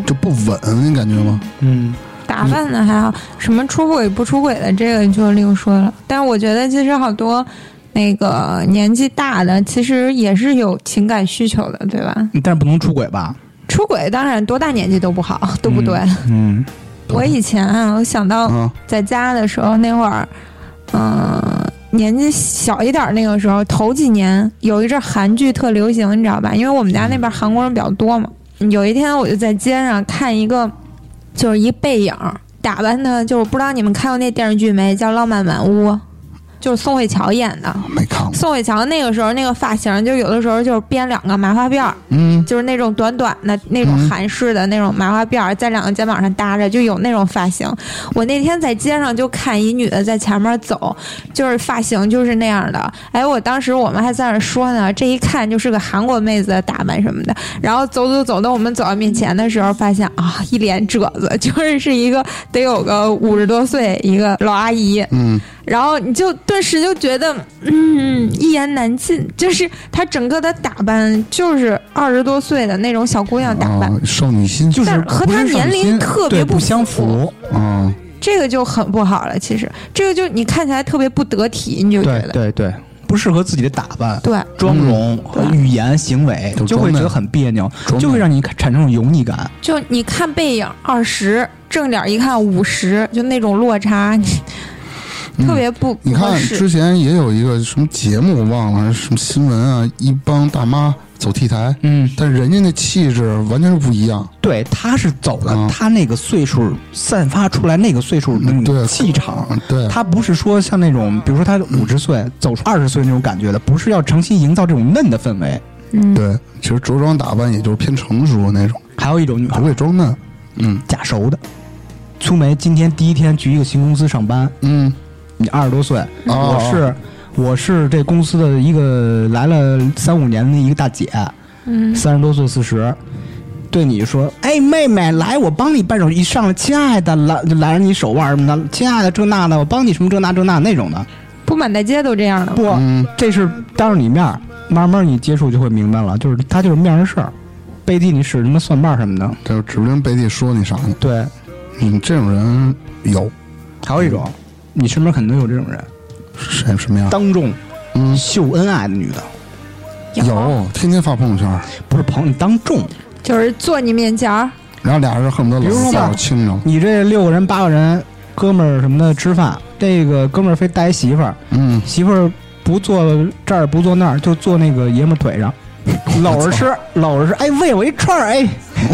[SPEAKER 3] 就不稳，你感觉吗？
[SPEAKER 2] 嗯，
[SPEAKER 1] 打扮的还好，什么出轨不出轨的这个就另说了。但我觉得其实好多那个年纪大的，其实也是有情感需求的，对吧？
[SPEAKER 2] 但是不能出轨吧？
[SPEAKER 1] 出轨当然多大年纪都不好， 都不对。
[SPEAKER 2] 嗯，
[SPEAKER 1] 我以前啊，我想到
[SPEAKER 3] 啊，
[SPEAKER 1] 在家的时候那会儿，嗯、年纪小一点儿那个时候，头几年有一阵儿韩剧特流行，你知道吧？因为我们家那边韩国人比较多嘛。有一天我就在街上看一个，就是一背影儿，打扮的，就是不知道你们看过那电视剧没，叫《浪漫满屋》，就是宋慧乔演的。
[SPEAKER 3] 没看过。
[SPEAKER 1] 宋慧乔那个时候那个发型，就有的时候就是编两个麻花辫儿，
[SPEAKER 3] 嗯，
[SPEAKER 1] 就是那种短短的那种
[SPEAKER 3] 嗯
[SPEAKER 1] 韩式的那种麻花辫儿，在两个肩膀上搭着，就有那种发型。我那天在街上就看一女的在前面走，就是发型就是那样的。哎，我当时我们还在那说呢，这一看就是个韩国妹子的打扮什么的。然后走走走，到我们走到面前的时候，发现啊， 一脸褶子，就是是一个得有个五十多岁一个老阿姨。
[SPEAKER 3] 嗯，
[SPEAKER 1] 然后你就顿时就觉得，嗯，一言难尽。就是她整个的打扮，就是二十多岁的那种小姑娘打扮，
[SPEAKER 3] 啊，少女心
[SPEAKER 2] 就是
[SPEAKER 1] 但是和
[SPEAKER 2] 不
[SPEAKER 1] 他
[SPEAKER 2] 是上
[SPEAKER 1] 年龄
[SPEAKER 2] 心
[SPEAKER 1] 特
[SPEAKER 2] 对
[SPEAKER 1] 别
[SPEAKER 2] 不
[SPEAKER 1] 不
[SPEAKER 2] 相
[SPEAKER 1] 符
[SPEAKER 2] 符。
[SPEAKER 3] 啊，
[SPEAKER 1] 这个就很不好了。其实这个就你看起来特别不得体，你就觉
[SPEAKER 2] 对
[SPEAKER 1] 得
[SPEAKER 2] 对对，不适合自己的打扮、
[SPEAKER 1] 对
[SPEAKER 2] 妆容、
[SPEAKER 1] 对
[SPEAKER 2] 语言、行为
[SPEAKER 3] 都，
[SPEAKER 2] 就会
[SPEAKER 3] 装
[SPEAKER 2] 觉得
[SPEAKER 3] 嫩
[SPEAKER 2] 很别扭，
[SPEAKER 3] 装
[SPEAKER 2] 就会
[SPEAKER 3] 嫩
[SPEAKER 2] 让你产生一种油腻感。
[SPEAKER 1] 就你看背影二十，正脸一看五十，就那种落差，你特别不
[SPEAKER 3] 你
[SPEAKER 1] 不合
[SPEAKER 3] 看
[SPEAKER 1] 适。
[SPEAKER 3] 之前也有一个什么节目，我忘了什么新闻啊，一帮大妈走 T 台，
[SPEAKER 2] 嗯，
[SPEAKER 3] 但人家那气质完全是不一样，
[SPEAKER 2] 对，他是走了、
[SPEAKER 3] 嗯
[SPEAKER 2] 他那个岁数散发出来那个岁数的那种
[SPEAKER 3] 对
[SPEAKER 2] 气场。
[SPEAKER 3] 嗯对，嗯
[SPEAKER 2] 他不是说像那种，比如说他五十岁走出二十岁那种感觉的，不是要诚心营造这种嫩的氛围。
[SPEAKER 1] 嗯，
[SPEAKER 3] 对，其实着装打扮也就是偏成熟那种，
[SPEAKER 2] 还有一种女孩
[SPEAKER 3] 不会装嫩，嗯
[SPEAKER 2] 假熟的，粗梅今天第一天去一个新公司上班，
[SPEAKER 3] 嗯，
[SPEAKER 2] 你二十多岁，
[SPEAKER 3] 哦
[SPEAKER 2] 我是我是这公司的一个来了三五年的一个大姐，
[SPEAKER 1] 嗯
[SPEAKER 2] 三十多岁四十，对你说，哎，妹妹，来，我帮你扳手，一上来，亲爱的，来拦着你手腕什么的，亲爱的，这那的，我帮你什么这那这那那种的，
[SPEAKER 1] 不满大街都这样的吗。
[SPEAKER 2] 不，
[SPEAKER 3] 嗯
[SPEAKER 2] 这是当着你面儿，慢慢你接触就会明白了，就是他就是面儿的事儿，背地里使什么算盘什么的，
[SPEAKER 3] 这指不定背地说你啥呢，
[SPEAKER 2] 对，
[SPEAKER 3] 嗯，这种人有
[SPEAKER 2] 还有一
[SPEAKER 3] 嗯
[SPEAKER 2] 种，你身边肯定有这种人，
[SPEAKER 3] 谁什么样？
[SPEAKER 2] 当众
[SPEAKER 3] 嗯，
[SPEAKER 2] 秀恩爱的女的，
[SPEAKER 3] 有，天天发朋友圈，
[SPEAKER 2] 不是朋友，你当众，
[SPEAKER 1] 就是坐你面前儿，
[SPEAKER 3] 然后俩人恨不得
[SPEAKER 2] 比如
[SPEAKER 3] 老
[SPEAKER 2] 说吧
[SPEAKER 3] 老亲着，
[SPEAKER 2] 你这六个人八个人，哥们儿什么的吃饭，这个哥们儿非带一媳妇儿，
[SPEAKER 3] 嗯，
[SPEAKER 2] 媳妇儿不坐这儿不坐那儿，就坐那个爷们儿腿 上，搂着吃，搂着吃，哎，喂我一串儿，哎，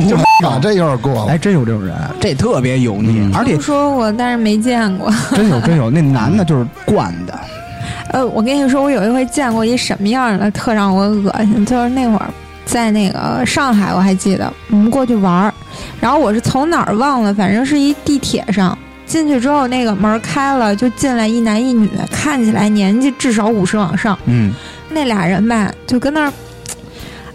[SPEAKER 2] 就
[SPEAKER 3] 啊，这有点过了
[SPEAKER 2] 哎，，真有这种人，这特别油腻，
[SPEAKER 3] 嗯
[SPEAKER 2] 而且
[SPEAKER 1] 听说过，但是没见过。
[SPEAKER 2] 真有真有，那男的就是惯的，
[SPEAKER 1] 呃，我跟你说，我有一回见过一什么样的，特让我恶心。就是那会儿在那个上海，我还记得我们过去玩儿，然后我是从哪儿忘了，反正是一地铁上。进去之后，那个门儿开了，就进来一男一女，看起来年纪至少五十往上。
[SPEAKER 2] 嗯，
[SPEAKER 1] 那俩人吧，就跟那儿，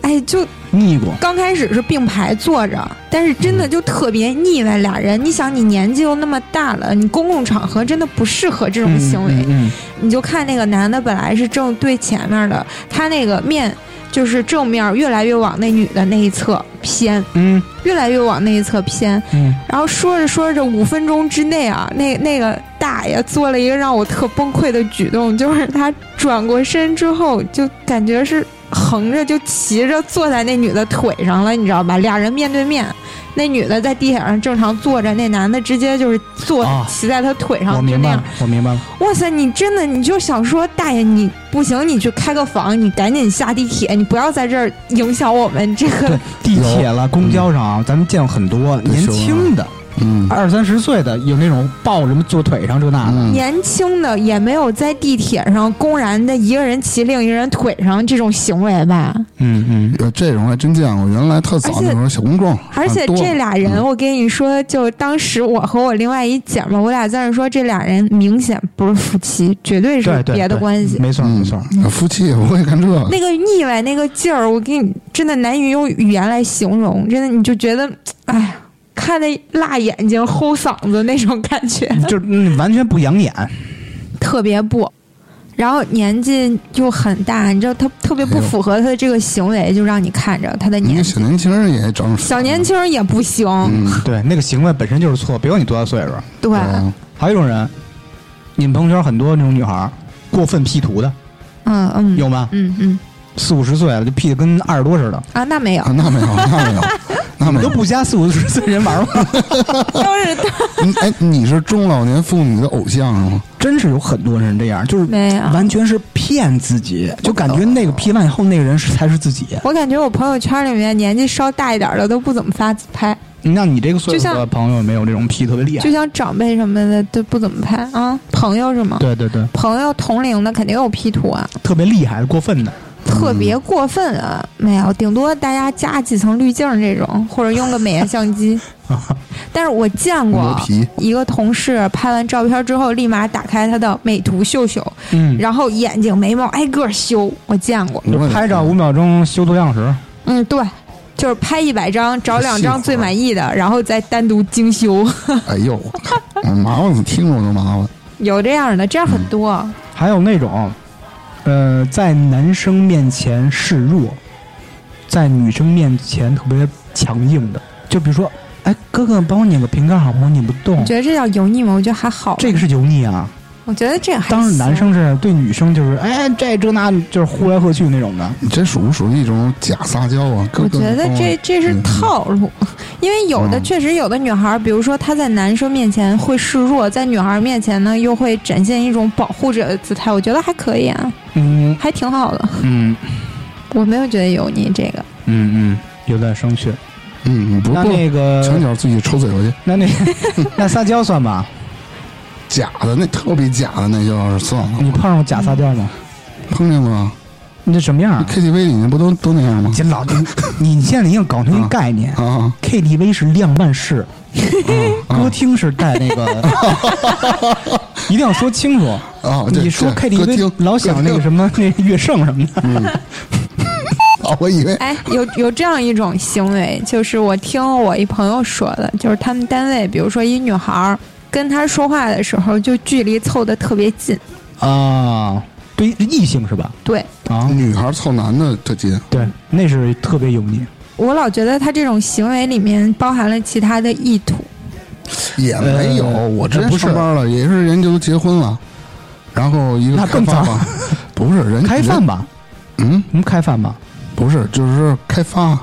[SPEAKER 1] 哎，就
[SPEAKER 2] 腻过，
[SPEAKER 1] 刚开始是并排坐着，但是真的就特别腻歪。俩人，你想，你年纪又那么大了，你公共场合真的不适合这种行为。
[SPEAKER 2] 嗯，
[SPEAKER 1] 你就看那个男的本来是正对前面的，他那个面就是正面越来越往那女的那一侧偏，
[SPEAKER 2] 嗯
[SPEAKER 1] 越来越往那一侧偏。
[SPEAKER 2] 嗯
[SPEAKER 1] 然后说着说着，五分钟之内啊，那那个大爷做了一个让我特崩溃的举动，就是他转过身之后，就感觉是横着就骑着坐在那女的腿上了，你知道吧？俩人面对面。那女的在地铁上正常坐着，那男的直接就是坐、
[SPEAKER 2] 啊
[SPEAKER 1] 骑在她腿
[SPEAKER 2] 嗯，
[SPEAKER 1] 上，
[SPEAKER 2] 我
[SPEAKER 1] 就
[SPEAKER 2] 明
[SPEAKER 1] 那
[SPEAKER 2] 白
[SPEAKER 1] 样
[SPEAKER 2] 了，我明白了，
[SPEAKER 1] 哇塞，你真的你就想说，大爷你不行，你去开个房，你赶紧下地铁，你不要在这儿影响我们这个
[SPEAKER 2] 对。，地铁了，公交上啊，咱们见过很多
[SPEAKER 3] 对
[SPEAKER 2] 年轻的。
[SPEAKER 3] 嗯，
[SPEAKER 2] 二三十岁的有那种抱着什么坐腿上这
[SPEAKER 1] 啊
[SPEAKER 2] 那的，
[SPEAKER 3] 嗯，
[SPEAKER 1] 年轻的也没有在地铁上公然的一个人骑另一个人腿上这种行为吧？
[SPEAKER 2] 嗯嗯，
[SPEAKER 3] 呃，这种还真见过，原来特早
[SPEAKER 1] 而且
[SPEAKER 3] 那会儿小公众，
[SPEAKER 1] 而且
[SPEAKER 3] 啊多
[SPEAKER 1] 这
[SPEAKER 2] 嗯
[SPEAKER 1] 俩人，我跟你说，就当时我和我另外一姐们儿，我俩在那说，这俩人明显不是夫妻，绝对是
[SPEAKER 2] 对对，
[SPEAKER 1] 别的
[SPEAKER 2] 对
[SPEAKER 1] 关系。
[SPEAKER 2] 没错
[SPEAKER 3] 嗯
[SPEAKER 2] 没错，
[SPEAKER 3] 夫妻也不会干这个，
[SPEAKER 1] 那个腻歪，那个劲儿，我给你真的难以用语言来形容，真的你就觉得，哎呀，看那辣眼睛、齁嗓子那种感觉，
[SPEAKER 2] 就是嗯完全不养眼，
[SPEAKER 1] 特别不。然后年纪又很大，你知道他特别不
[SPEAKER 3] 哎呦
[SPEAKER 1] 符合他的这个行为，就让你看着他的
[SPEAKER 3] 人
[SPEAKER 1] 年
[SPEAKER 3] 家
[SPEAKER 1] 纪
[SPEAKER 3] 小，年轻人也长
[SPEAKER 1] 小年轻人也不行，
[SPEAKER 3] 嗯，
[SPEAKER 2] 对，那个行为本身就是错，别管你多大岁数。
[SPEAKER 1] 对，
[SPEAKER 3] 啊
[SPEAKER 2] 还有一种人，你们朋友圈很多那种女孩儿过分 P 图的
[SPEAKER 1] 嗯嗯，
[SPEAKER 2] 有吗？
[SPEAKER 1] 嗯嗯
[SPEAKER 2] 四五十岁了就 P 的跟二十多似的，
[SPEAKER 1] 啊，那没有
[SPEAKER 3] 啊，，那没有，那 没有，那没
[SPEAKER 2] 都
[SPEAKER 3] 有。
[SPEAKER 2] 不加四五十岁人玩儿吗？
[SPEAKER 1] 都是
[SPEAKER 3] 嗯哎，你是中老年妇女的偶像啊是吗？
[SPEAKER 2] 真是有很多人这样，就是
[SPEAKER 1] 没有。
[SPEAKER 2] 完全是骗自己，就感觉那个 P 完以后那个人是才是自己。
[SPEAKER 1] 我感觉我朋友圈里面年纪稍大一点的都不怎么发自拍，
[SPEAKER 2] 那你这个岁
[SPEAKER 1] 就
[SPEAKER 2] 数
[SPEAKER 1] 像
[SPEAKER 2] 的朋友有没有这种 P 特别厉害
[SPEAKER 1] 就？像长辈什么的都不怎么拍啊。朋友是吗？
[SPEAKER 2] 对对对，
[SPEAKER 1] 朋友同龄的肯定有 P 图啊，
[SPEAKER 2] 特别厉害、过分的。
[SPEAKER 1] 特别过分啊，
[SPEAKER 2] 嗯
[SPEAKER 1] 没有，顶多大家加几层滤镜这 种，或者用个美颜相机。但是我见
[SPEAKER 3] 磨
[SPEAKER 1] 过
[SPEAKER 3] 皮，
[SPEAKER 1] 一个同事拍完照片之后，立马打开他的美图秀秀，
[SPEAKER 2] 嗯，
[SPEAKER 1] 然后眼睛眉毛挨个修，我见过。
[SPEAKER 2] 就拍照五秒钟修图样式，
[SPEAKER 1] 嗯，对。就是拍一百张，找两
[SPEAKER 2] 啊
[SPEAKER 1] 张最 满意的，然后再单独精修。
[SPEAKER 3] 嗯哎呦，我靠，麻烦死，听着我都麻烦。
[SPEAKER 1] 有这样的，这样很多。
[SPEAKER 2] 还有那种，呃，在男生面前示弱，在女生面前特别强硬的，就比如说，哎，哥哥帮我拧个瓶盖好不好？拧不动
[SPEAKER 1] 你，觉得这叫油腻吗？我觉得还好。
[SPEAKER 2] 这个，是油腻啊。
[SPEAKER 1] 我觉得这个还
[SPEAKER 2] 当然，
[SPEAKER 1] 行
[SPEAKER 2] 男生是对女生就是，哎，这这那就是呼来喝去那种的。
[SPEAKER 3] 你这属不属于一种假撒娇啊？
[SPEAKER 1] 我
[SPEAKER 3] 各
[SPEAKER 1] 觉得这这
[SPEAKER 3] 嗯
[SPEAKER 1] 是套路，因为有的确实有的女孩儿，比如说她在男生面前会示弱，在女孩儿面前呢又会展现一种保护者的姿态，我觉得还可以啊，
[SPEAKER 2] 嗯
[SPEAKER 1] 还挺好的。
[SPEAKER 2] 嗯
[SPEAKER 1] 我没有觉得油腻这个，
[SPEAKER 2] 嗯嗯，有点生气。
[SPEAKER 3] 嗯，不
[SPEAKER 2] 那
[SPEAKER 3] 不，
[SPEAKER 2] 那
[SPEAKER 3] 墙
[SPEAKER 2] 个，
[SPEAKER 3] 角自己抽嘴巴去，
[SPEAKER 2] 那那 那撒娇算吧？
[SPEAKER 3] 假的那特别假的那就是算了，
[SPEAKER 2] 你碰上过假撒娇吗？
[SPEAKER 3] 碰见过啊
[SPEAKER 2] 你这什么样啊？
[SPEAKER 3] KTV 里面不都都那样吗
[SPEAKER 2] 你？老嗯你你现在已经搞成一
[SPEAKER 3] 啊
[SPEAKER 2] 概念
[SPEAKER 3] 啊啊
[SPEAKER 2] KTV 是量贩 式，歌厅是带那个， 一定要说清楚。
[SPEAKER 3] 啊啊！这
[SPEAKER 2] 你说
[SPEAKER 3] 这歌
[SPEAKER 2] KTV
[SPEAKER 3] 厅嗯
[SPEAKER 2] 老想那个什么那乐圣什么的，
[SPEAKER 3] 啊，我以为
[SPEAKER 1] 哎，有有这样一种行为，就是我听我一朋友说的，就是他们单位，比如说一女孩儿跟他说话的时候，就距离凑得特别近，
[SPEAKER 2] 啊，对异性是吧？
[SPEAKER 1] 对
[SPEAKER 2] 啊，
[SPEAKER 3] 女孩凑男的特近，
[SPEAKER 2] 对，那是特别油腻。
[SPEAKER 1] 我老觉得他这种行为里面包含了其他的意图。
[SPEAKER 3] 也没有。
[SPEAKER 2] 呃
[SPEAKER 3] 我之
[SPEAKER 2] 呃
[SPEAKER 3] 前
[SPEAKER 2] 不是
[SPEAKER 3] 上班了，也是人家都结婚了，然后一个
[SPEAKER 2] 那
[SPEAKER 3] 开
[SPEAKER 2] 更
[SPEAKER 3] 发吧， 不是人
[SPEAKER 2] 开饭
[SPEAKER 3] 人
[SPEAKER 2] 吧，
[SPEAKER 3] 嗯，
[SPEAKER 2] 我们开饭吧，
[SPEAKER 3] 不是，就是 开发，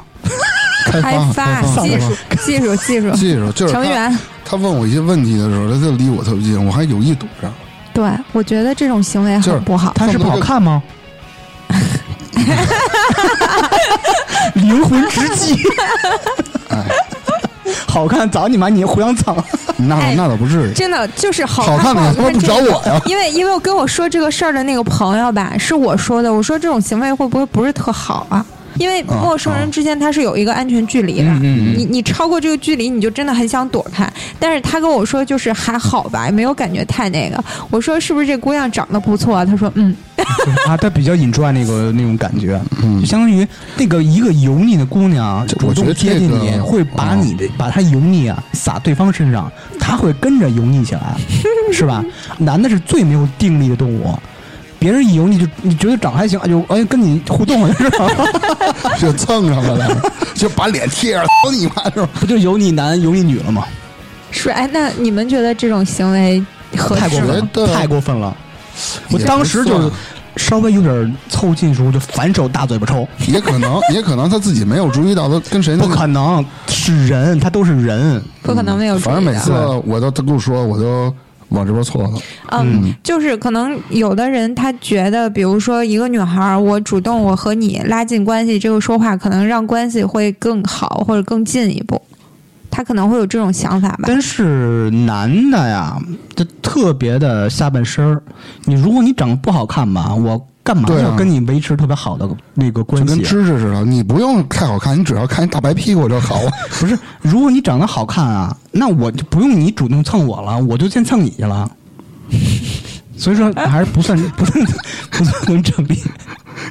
[SPEAKER 3] 开
[SPEAKER 1] 开
[SPEAKER 3] 发，
[SPEAKER 1] 发
[SPEAKER 3] 开发，
[SPEAKER 1] 技
[SPEAKER 3] 开
[SPEAKER 1] 术
[SPEAKER 3] 发。
[SPEAKER 1] 技术技 术
[SPEAKER 3] 记住，就是
[SPEAKER 1] 成
[SPEAKER 3] 他
[SPEAKER 1] 员。
[SPEAKER 3] 他问我一些问题的时候，他就离我特别近，我还有意躲着。
[SPEAKER 1] 对，我觉得这种行为
[SPEAKER 3] 就是
[SPEAKER 1] 很不好。
[SPEAKER 2] 他是不好看 吗？灵魂直 击，
[SPEAKER 3] 哎，
[SPEAKER 2] 好看早你妈你胡杨藏。
[SPEAKER 3] 那
[SPEAKER 1] 哎
[SPEAKER 3] 那倒不至于。
[SPEAKER 1] 真的就是好
[SPEAKER 3] 好看的
[SPEAKER 1] 好
[SPEAKER 3] 他妈不
[SPEAKER 1] 这
[SPEAKER 3] 找
[SPEAKER 1] 个
[SPEAKER 3] 我呀
[SPEAKER 1] 因为因为我跟我说这个事儿的那个朋友吧，是我说的，我说这种行为会不会不是特好啊？因为
[SPEAKER 3] 啊嗯
[SPEAKER 1] 陌生人之间他是有一个安全距离的，你你超过这个距离，你就真的很想躲开。但是他跟我说就是还好吧，没有感觉太那个。我说是不是这姑娘长得不错啊？他说嗯，
[SPEAKER 2] 啊，她比较引出来那个那种感觉，
[SPEAKER 3] 嗯
[SPEAKER 2] 就相当于那个一个油腻的姑娘
[SPEAKER 3] 这
[SPEAKER 2] 主
[SPEAKER 3] 我觉
[SPEAKER 2] 动
[SPEAKER 3] 得
[SPEAKER 2] 贴
[SPEAKER 3] 这
[SPEAKER 2] 近
[SPEAKER 3] 个
[SPEAKER 2] 你，会把
[SPEAKER 3] 哦
[SPEAKER 2] 你的把她油腻啊撒对方身上，她会跟着油腻起 来，是吧？男的是最没有定力的动物。别人一油腻就你觉得长得还行，哎就哎跟你互动了是吧？
[SPEAKER 3] 就蹭上了来，就把脸贴上，操你妈是吧？
[SPEAKER 2] 不就油腻男油腻女了吗？
[SPEAKER 1] 是哎，那你们觉得这种行为合
[SPEAKER 2] 太
[SPEAKER 1] 适
[SPEAKER 2] 过
[SPEAKER 1] 吗？
[SPEAKER 2] 分
[SPEAKER 3] 觉
[SPEAKER 2] 了，
[SPEAKER 3] 得
[SPEAKER 2] 太过分了！我
[SPEAKER 3] 也
[SPEAKER 2] 当
[SPEAKER 3] 不
[SPEAKER 2] 时就是
[SPEAKER 3] 算啊
[SPEAKER 2] 稍微有点凑近的时候，就反手大嘴巴抽。
[SPEAKER 3] 也可能，也可能他自己没有注意到他跟谁
[SPEAKER 2] 不
[SPEAKER 3] 那个
[SPEAKER 2] 可能是人，他都是人。
[SPEAKER 1] 不可能没有注意
[SPEAKER 3] 嗯反
[SPEAKER 1] 到。
[SPEAKER 3] 正每次我都他跟我说，我都往这边错了。
[SPEAKER 1] 嗯，就是可能有的人他觉得，比如说一个女孩儿，我主动我和你拉近关系，这个说话可能让关系会更好或者更进一步，他可能会有这种想法吧。
[SPEAKER 2] 但是男的呀，就特别的下半身儿。你如果你长得不好看吧，我干嘛
[SPEAKER 3] 对啊
[SPEAKER 2] 要跟你维持特别好的那个
[SPEAKER 3] 就
[SPEAKER 2] 关
[SPEAKER 3] 跟
[SPEAKER 2] 系啊？
[SPEAKER 3] 芝芝似的，你不用太好看，你只要看一大白屁股就好了。
[SPEAKER 2] 不是，如果你长得好看啊，那我就不用你主动蹭我了，我就先蹭你去了。所以说还是不算不算不算能成立。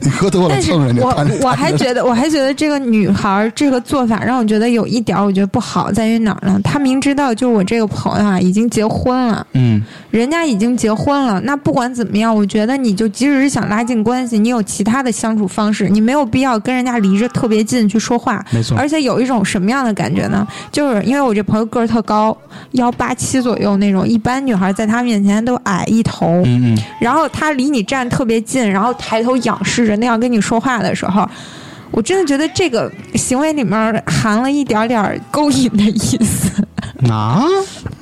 [SPEAKER 3] 你喝多了
[SPEAKER 1] 但是
[SPEAKER 3] 蹭人家，
[SPEAKER 1] 我
[SPEAKER 3] 看着
[SPEAKER 1] 我还觉得，我还觉得这个女孩儿这个做法让我觉得有一点儿，我觉得不好在于哪儿呢？她明知道就我这个朋友啊已经结婚了，
[SPEAKER 2] 嗯，
[SPEAKER 1] 人家已经结婚了，那不管怎么样，我觉得你就即使是想拉近关系，你有其他的相处方式，你没有必要跟人家离着特别近去说话。
[SPEAKER 2] 没错
[SPEAKER 1] 而且有一种什么样的感觉呢？就是因为我这朋友个儿特高，幺八七左右那种，一般女孩在她面前都矮一头。
[SPEAKER 2] 嗯嗯，
[SPEAKER 1] 然后她离你站特别近，然后抬头仰视着那样跟你说话的时候。我真的觉得这个行为里面含了一点点儿勾引的意思，
[SPEAKER 2] 啊，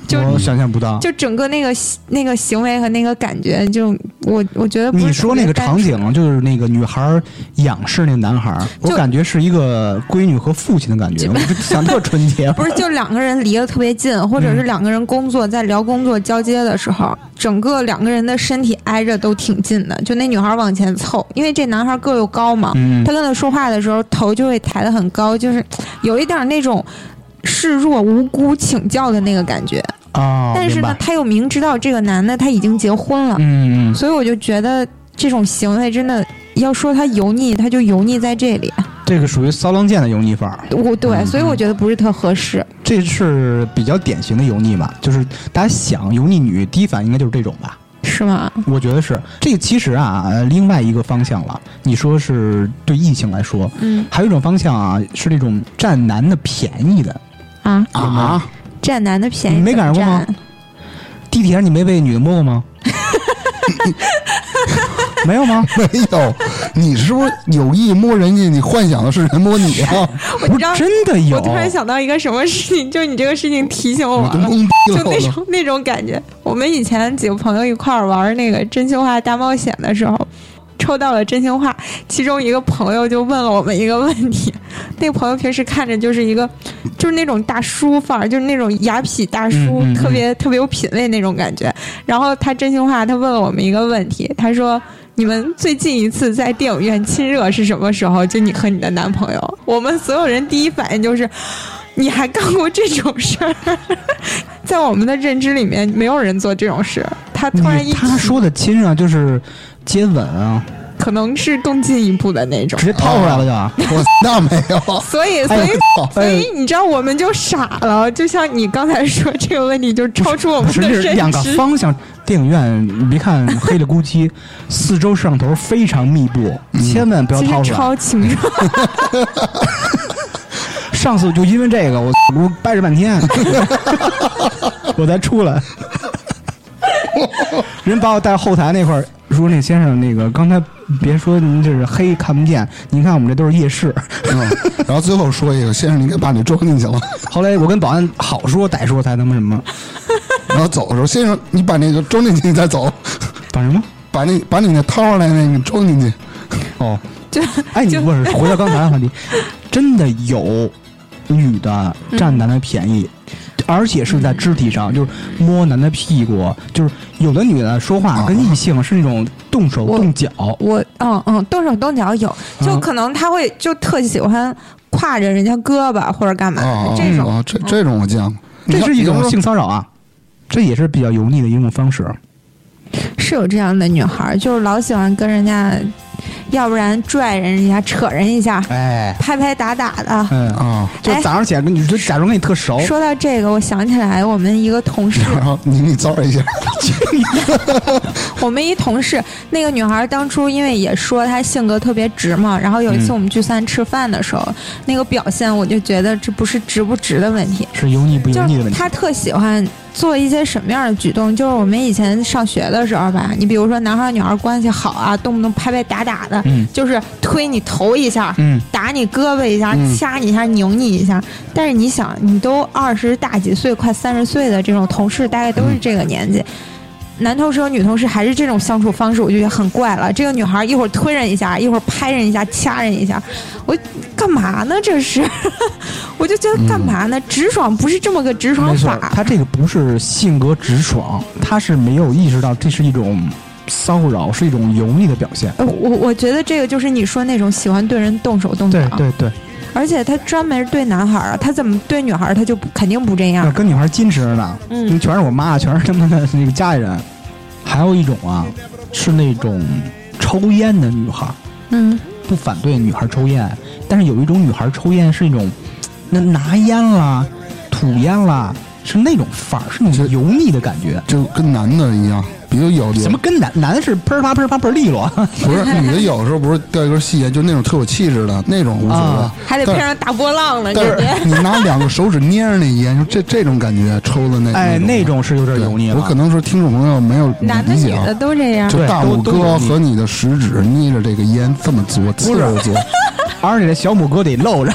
[SPEAKER 1] 就
[SPEAKER 2] 我想象不到。
[SPEAKER 1] 就整个那个那个行为和那个感觉，就我我觉得呃不是
[SPEAKER 2] 你说那个场
[SPEAKER 1] 特别单纯，
[SPEAKER 2] 景，就是那个女孩儿仰视那个男孩儿，我
[SPEAKER 1] 就
[SPEAKER 2] 感觉是一个闺女和父亲的感觉，我就想特纯洁。
[SPEAKER 1] 不是就两个人离得特别
[SPEAKER 2] 嗯
[SPEAKER 1] 近，或者是两个人工作在聊工作交接的时候，整个两个人的身体挨着都挺近的，就那女孩往前凑，因为这男孩个又高嘛，
[SPEAKER 2] 嗯
[SPEAKER 1] 他跟他说话的时候头就会抬得很高，就是有一点那种。示弱无辜请教的那个感觉，
[SPEAKER 2] 啊，
[SPEAKER 1] 但是
[SPEAKER 2] 明
[SPEAKER 1] 呢
[SPEAKER 2] 白，。
[SPEAKER 1] 他又明知道这个男的他已经结婚了，
[SPEAKER 2] 嗯嗯，
[SPEAKER 1] 所以我就觉得这种行为真的要说他油腻，他就油腻在这里。啊
[SPEAKER 2] 这个属于骚浪贱的油腻范儿。嗯
[SPEAKER 1] 我对，所以我觉得不是特合适。
[SPEAKER 2] 这是比较典型的油腻吧，就是大家想油腻女，第一反应应该就是这种吧。
[SPEAKER 1] 是吗？
[SPEAKER 2] 我觉得是，这其实啊，呃另外一个方向了。你说是对异性来说，
[SPEAKER 1] 嗯
[SPEAKER 2] 还有一种方向啊，是那种占男的便宜的。
[SPEAKER 1] 啊，
[SPEAKER 3] 啊，
[SPEAKER 1] 占男的便宜，
[SPEAKER 2] 你没赶上过吗？地铁上你没被女的摸 过吗？没有吗？
[SPEAKER 3] 没有，你是不是有意摸人家？你幻想的是人摸你啊？
[SPEAKER 2] 不是真的有
[SPEAKER 1] 我，突然想到一个什么事情，就是你这个事情提醒 我
[SPEAKER 3] 我都
[SPEAKER 1] 了。
[SPEAKER 3] 懵逼
[SPEAKER 1] 就
[SPEAKER 3] 了，
[SPEAKER 1] 那
[SPEAKER 3] 我都
[SPEAKER 1] 种那种感觉。我们以前几个朋友一块儿玩那个真心话大冒险的时候，抽到了真心话，其中一个朋友就问了我们一个问题。 那个朋友平时看着就是一个，就是那种大叔范儿，就是那种雅痞大叔，
[SPEAKER 2] 嗯嗯嗯
[SPEAKER 1] 特别特别有品位那种感觉。然后他真心话，他问了我们一个问题，他说。你们最近一次在电影院亲热是什么时候？就你和你的男朋友，我们所有人第一反应就是，你还干过这种事儿？ 在我们的认知里面，没有人做这种事。他突然一
[SPEAKER 2] 你他
[SPEAKER 1] 提
[SPEAKER 2] 说的亲啊，就是接吻啊，
[SPEAKER 1] 可能是更进一步的那种
[SPEAKER 2] 直。接掏出来了就啊。
[SPEAKER 3] 我那没有，
[SPEAKER 1] 所以，
[SPEAKER 2] 哎
[SPEAKER 1] 所以，
[SPEAKER 3] 操
[SPEAKER 1] 所以，你知道，我们就傻了。就像你刚才说这个问题，就超出我
[SPEAKER 2] 不
[SPEAKER 1] 们
[SPEAKER 2] 是，
[SPEAKER 1] 的
[SPEAKER 2] 这是
[SPEAKER 1] 认
[SPEAKER 2] 两个
[SPEAKER 1] 知。
[SPEAKER 2] 方向。电影院，你别看黑了咕叽，四周摄像头非常密布，千万不要
[SPEAKER 1] 嗯其
[SPEAKER 2] 掏
[SPEAKER 1] 实
[SPEAKER 2] 出来。
[SPEAKER 1] 超清楚，
[SPEAKER 2] 上次我就因为这个，我我掰扯半天，我才出来。人把我带后台那块儿说：“那先生，那个刚才别说您这是黑看不见，您看我们这都是夜视。
[SPEAKER 3] 嗯，然后最后说一个，先生，你给把你装进去了。”
[SPEAKER 2] 后来我跟保安好说歹说才他妈什么，
[SPEAKER 3] 然后走的时候，先生，你把那个装进去，你再走，
[SPEAKER 2] 把什么？
[SPEAKER 3] 把那把你那掏出来那个装进去。
[SPEAKER 2] 哦，
[SPEAKER 1] 就
[SPEAKER 2] 哎，你
[SPEAKER 1] 就
[SPEAKER 2] 不是回到刚才的话题，真的有女的占男的便宜，而且是在肢体上，就是摸男的屁股，就是有的女的说话
[SPEAKER 3] 啊
[SPEAKER 2] 跟异性是那种动手
[SPEAKER 1] 我
[SPEAKER 2] 动脚，
[SPEAKER 1] 我嗯嗯，动手动脚有，就
[SPEAKER 2] 嗯
[SPEAKER 1] 可能他会就特喜欢挎着人家胳膊或者干
[SPEAKER 2] 哎
[SPEAKER 1] 嘛的
[SPEAKER 3] 哦哦
[SPEAKER 1] 这种。
[SPEAKER 3] 哦，这这种我见过，
[SPEAKER 2] 嗯这是一
[SPEAKER 3] 你
[SPEAKER 2] 种
[SPEAKER 3] 看
[SPEAKER 2] 性骚扰啊，这也是比较油腻的一种方式。
[SPEAKER 1] 是有这样的女孩儿，就是老喜欢跟人家，要不然拽人一下，扯人一下，
[SPEAKER 2] 哎，
[SPEAKER 1] 拍拍打打的。
[SPEAKER 2] 嗯，
[SPEAKER 3] 啊。
[SPEAKER 2] 就
[SPEAKER 1] 哎
[SPEAKER 2] 早上起来跟你就假装跟你特熟，
[SPEAKER 1] 说到这个，我想起来我们一个同 事，
[SPEAKER 3] 然后啊你你遭一下，
[SPEAKER 1] 我们一同事，那个女孩儿当初因为也说她性格特别直嘛，然后有一次
[SPEAKER 2] 嗯
[SPEAKER 1] 我们聚餐吃饭的时候，那个表现我就觉得这不是直不直的问题，
[SPEAKER 2] 是油腻不油
[SPEAKER 1] 就
[SPEAKER 2] 腻的
[SPEAKER 1] 是
[SPEAKER 2] 问题。
[SPEAKER 1] 他特喜欢做一些什么样的举动？就是我们以前上学的时候吧，你比如说男孩儿女孩儿关系好啊，动不动拍拍打打的，
[SPEAKER 2] 嗯
[SPEAKER 1] 就是推你头一下，
[SPEAKER 2] 嗯，
[SPEAKER 1] 打你胳膊一下
[SPEAKER 3] 嗯，
[SPEAKER 1] 掐你一下，拧你一下。但是你想，你都二十大几岁，快三十岁的这种同事，大概都是这个年
[SPEAKER 2] 嗯
[SPEAKER 1] 纪。男同事和女同事还是这种相处方式，我就觉得很怪了。这个女孩一会儿推人一下，一会儿拍人一下，掐人一下，我干嘛呢？这是， 我就觉得干嘛呢？直爽不是这么个直爽
[SPEAKER 2] 嗯没错，
[SPEAKER 1] 法，
[SPEAKER 2] 他这个不是性格直爽，他是没有意识到这是一种骚扰，是一种油腻的表现。
[SPEAKER 1] 呃，我我觉得这个就是你说那种喜欢对人动手动脚
[SPEAKER 2] 对，对对，
[SPEAKER 1] 而且他专门对男孩儿啊，他怎么对女孩儿他就不肯定不这样
[SPEAKER 2] 要。跟女孩矜持呢，
[SPEAKER 1] 嗯
[SPEAKER 2] 因为全是我妈，全是他们的那个家里人。还有一种啊，是那种抽烟的女孩，
[SPEAKER 1] 嗯，
[SPEAKER 2] 不反对女孩抽烟，但是有一种女孩抽烟是一种，那拿烟啦、吐烟啦，是那种范儿，是那种
[SPEAKER 3] 是
[SPEAKER 2] 油腻的感觉。
[SPEAKER 3] 就跟男的一样，比如有
[SPEAKER 2] 怎么跟男男是喷儿啪喷儿啪喷儿利落？
[SPEAKER 3] 不是女的有时候不是掉一根细烟，就那种特有气质的那种无所谓
[SPEAKER 2] 啊，
[SPEAKER 1] 还得
[SPEAKER 3] 但
[SPEAKER 1] 配上大波浪呢，
[SPEAKER 3] 但
[SPEAKER 1] 感觉。
[SPEAKER 3] 是你拿两个手指捏着那烟，就这这种感觉抽的那
[SPEAKER 2] 哎，那
[SPEAKER 3] 那啊
[SPEAKER 2] 种是有点
[SPEAKER 3] 对
[SPEAKER 2] 油腻了。
[SPEAKER 3] 我可能说听众朋友没有
[SPEAKER 1] 男的
[SPEAKER 3] 理
[SPEAKER 1] 女
[SPEAKER 3] 解啊
[SPEAKER 1] 的，都这样
[SPEAKER 3] 就
[SPEAKER 2] 对
[SPEAKER 3] 大拇
[SPEAKER 2] 都都有
[SPEAKER 3] 哥和你的食指捏着这个烟这么嘬，呲着嘬，
[SPEAKER 2] 而且这小拇哥得露着，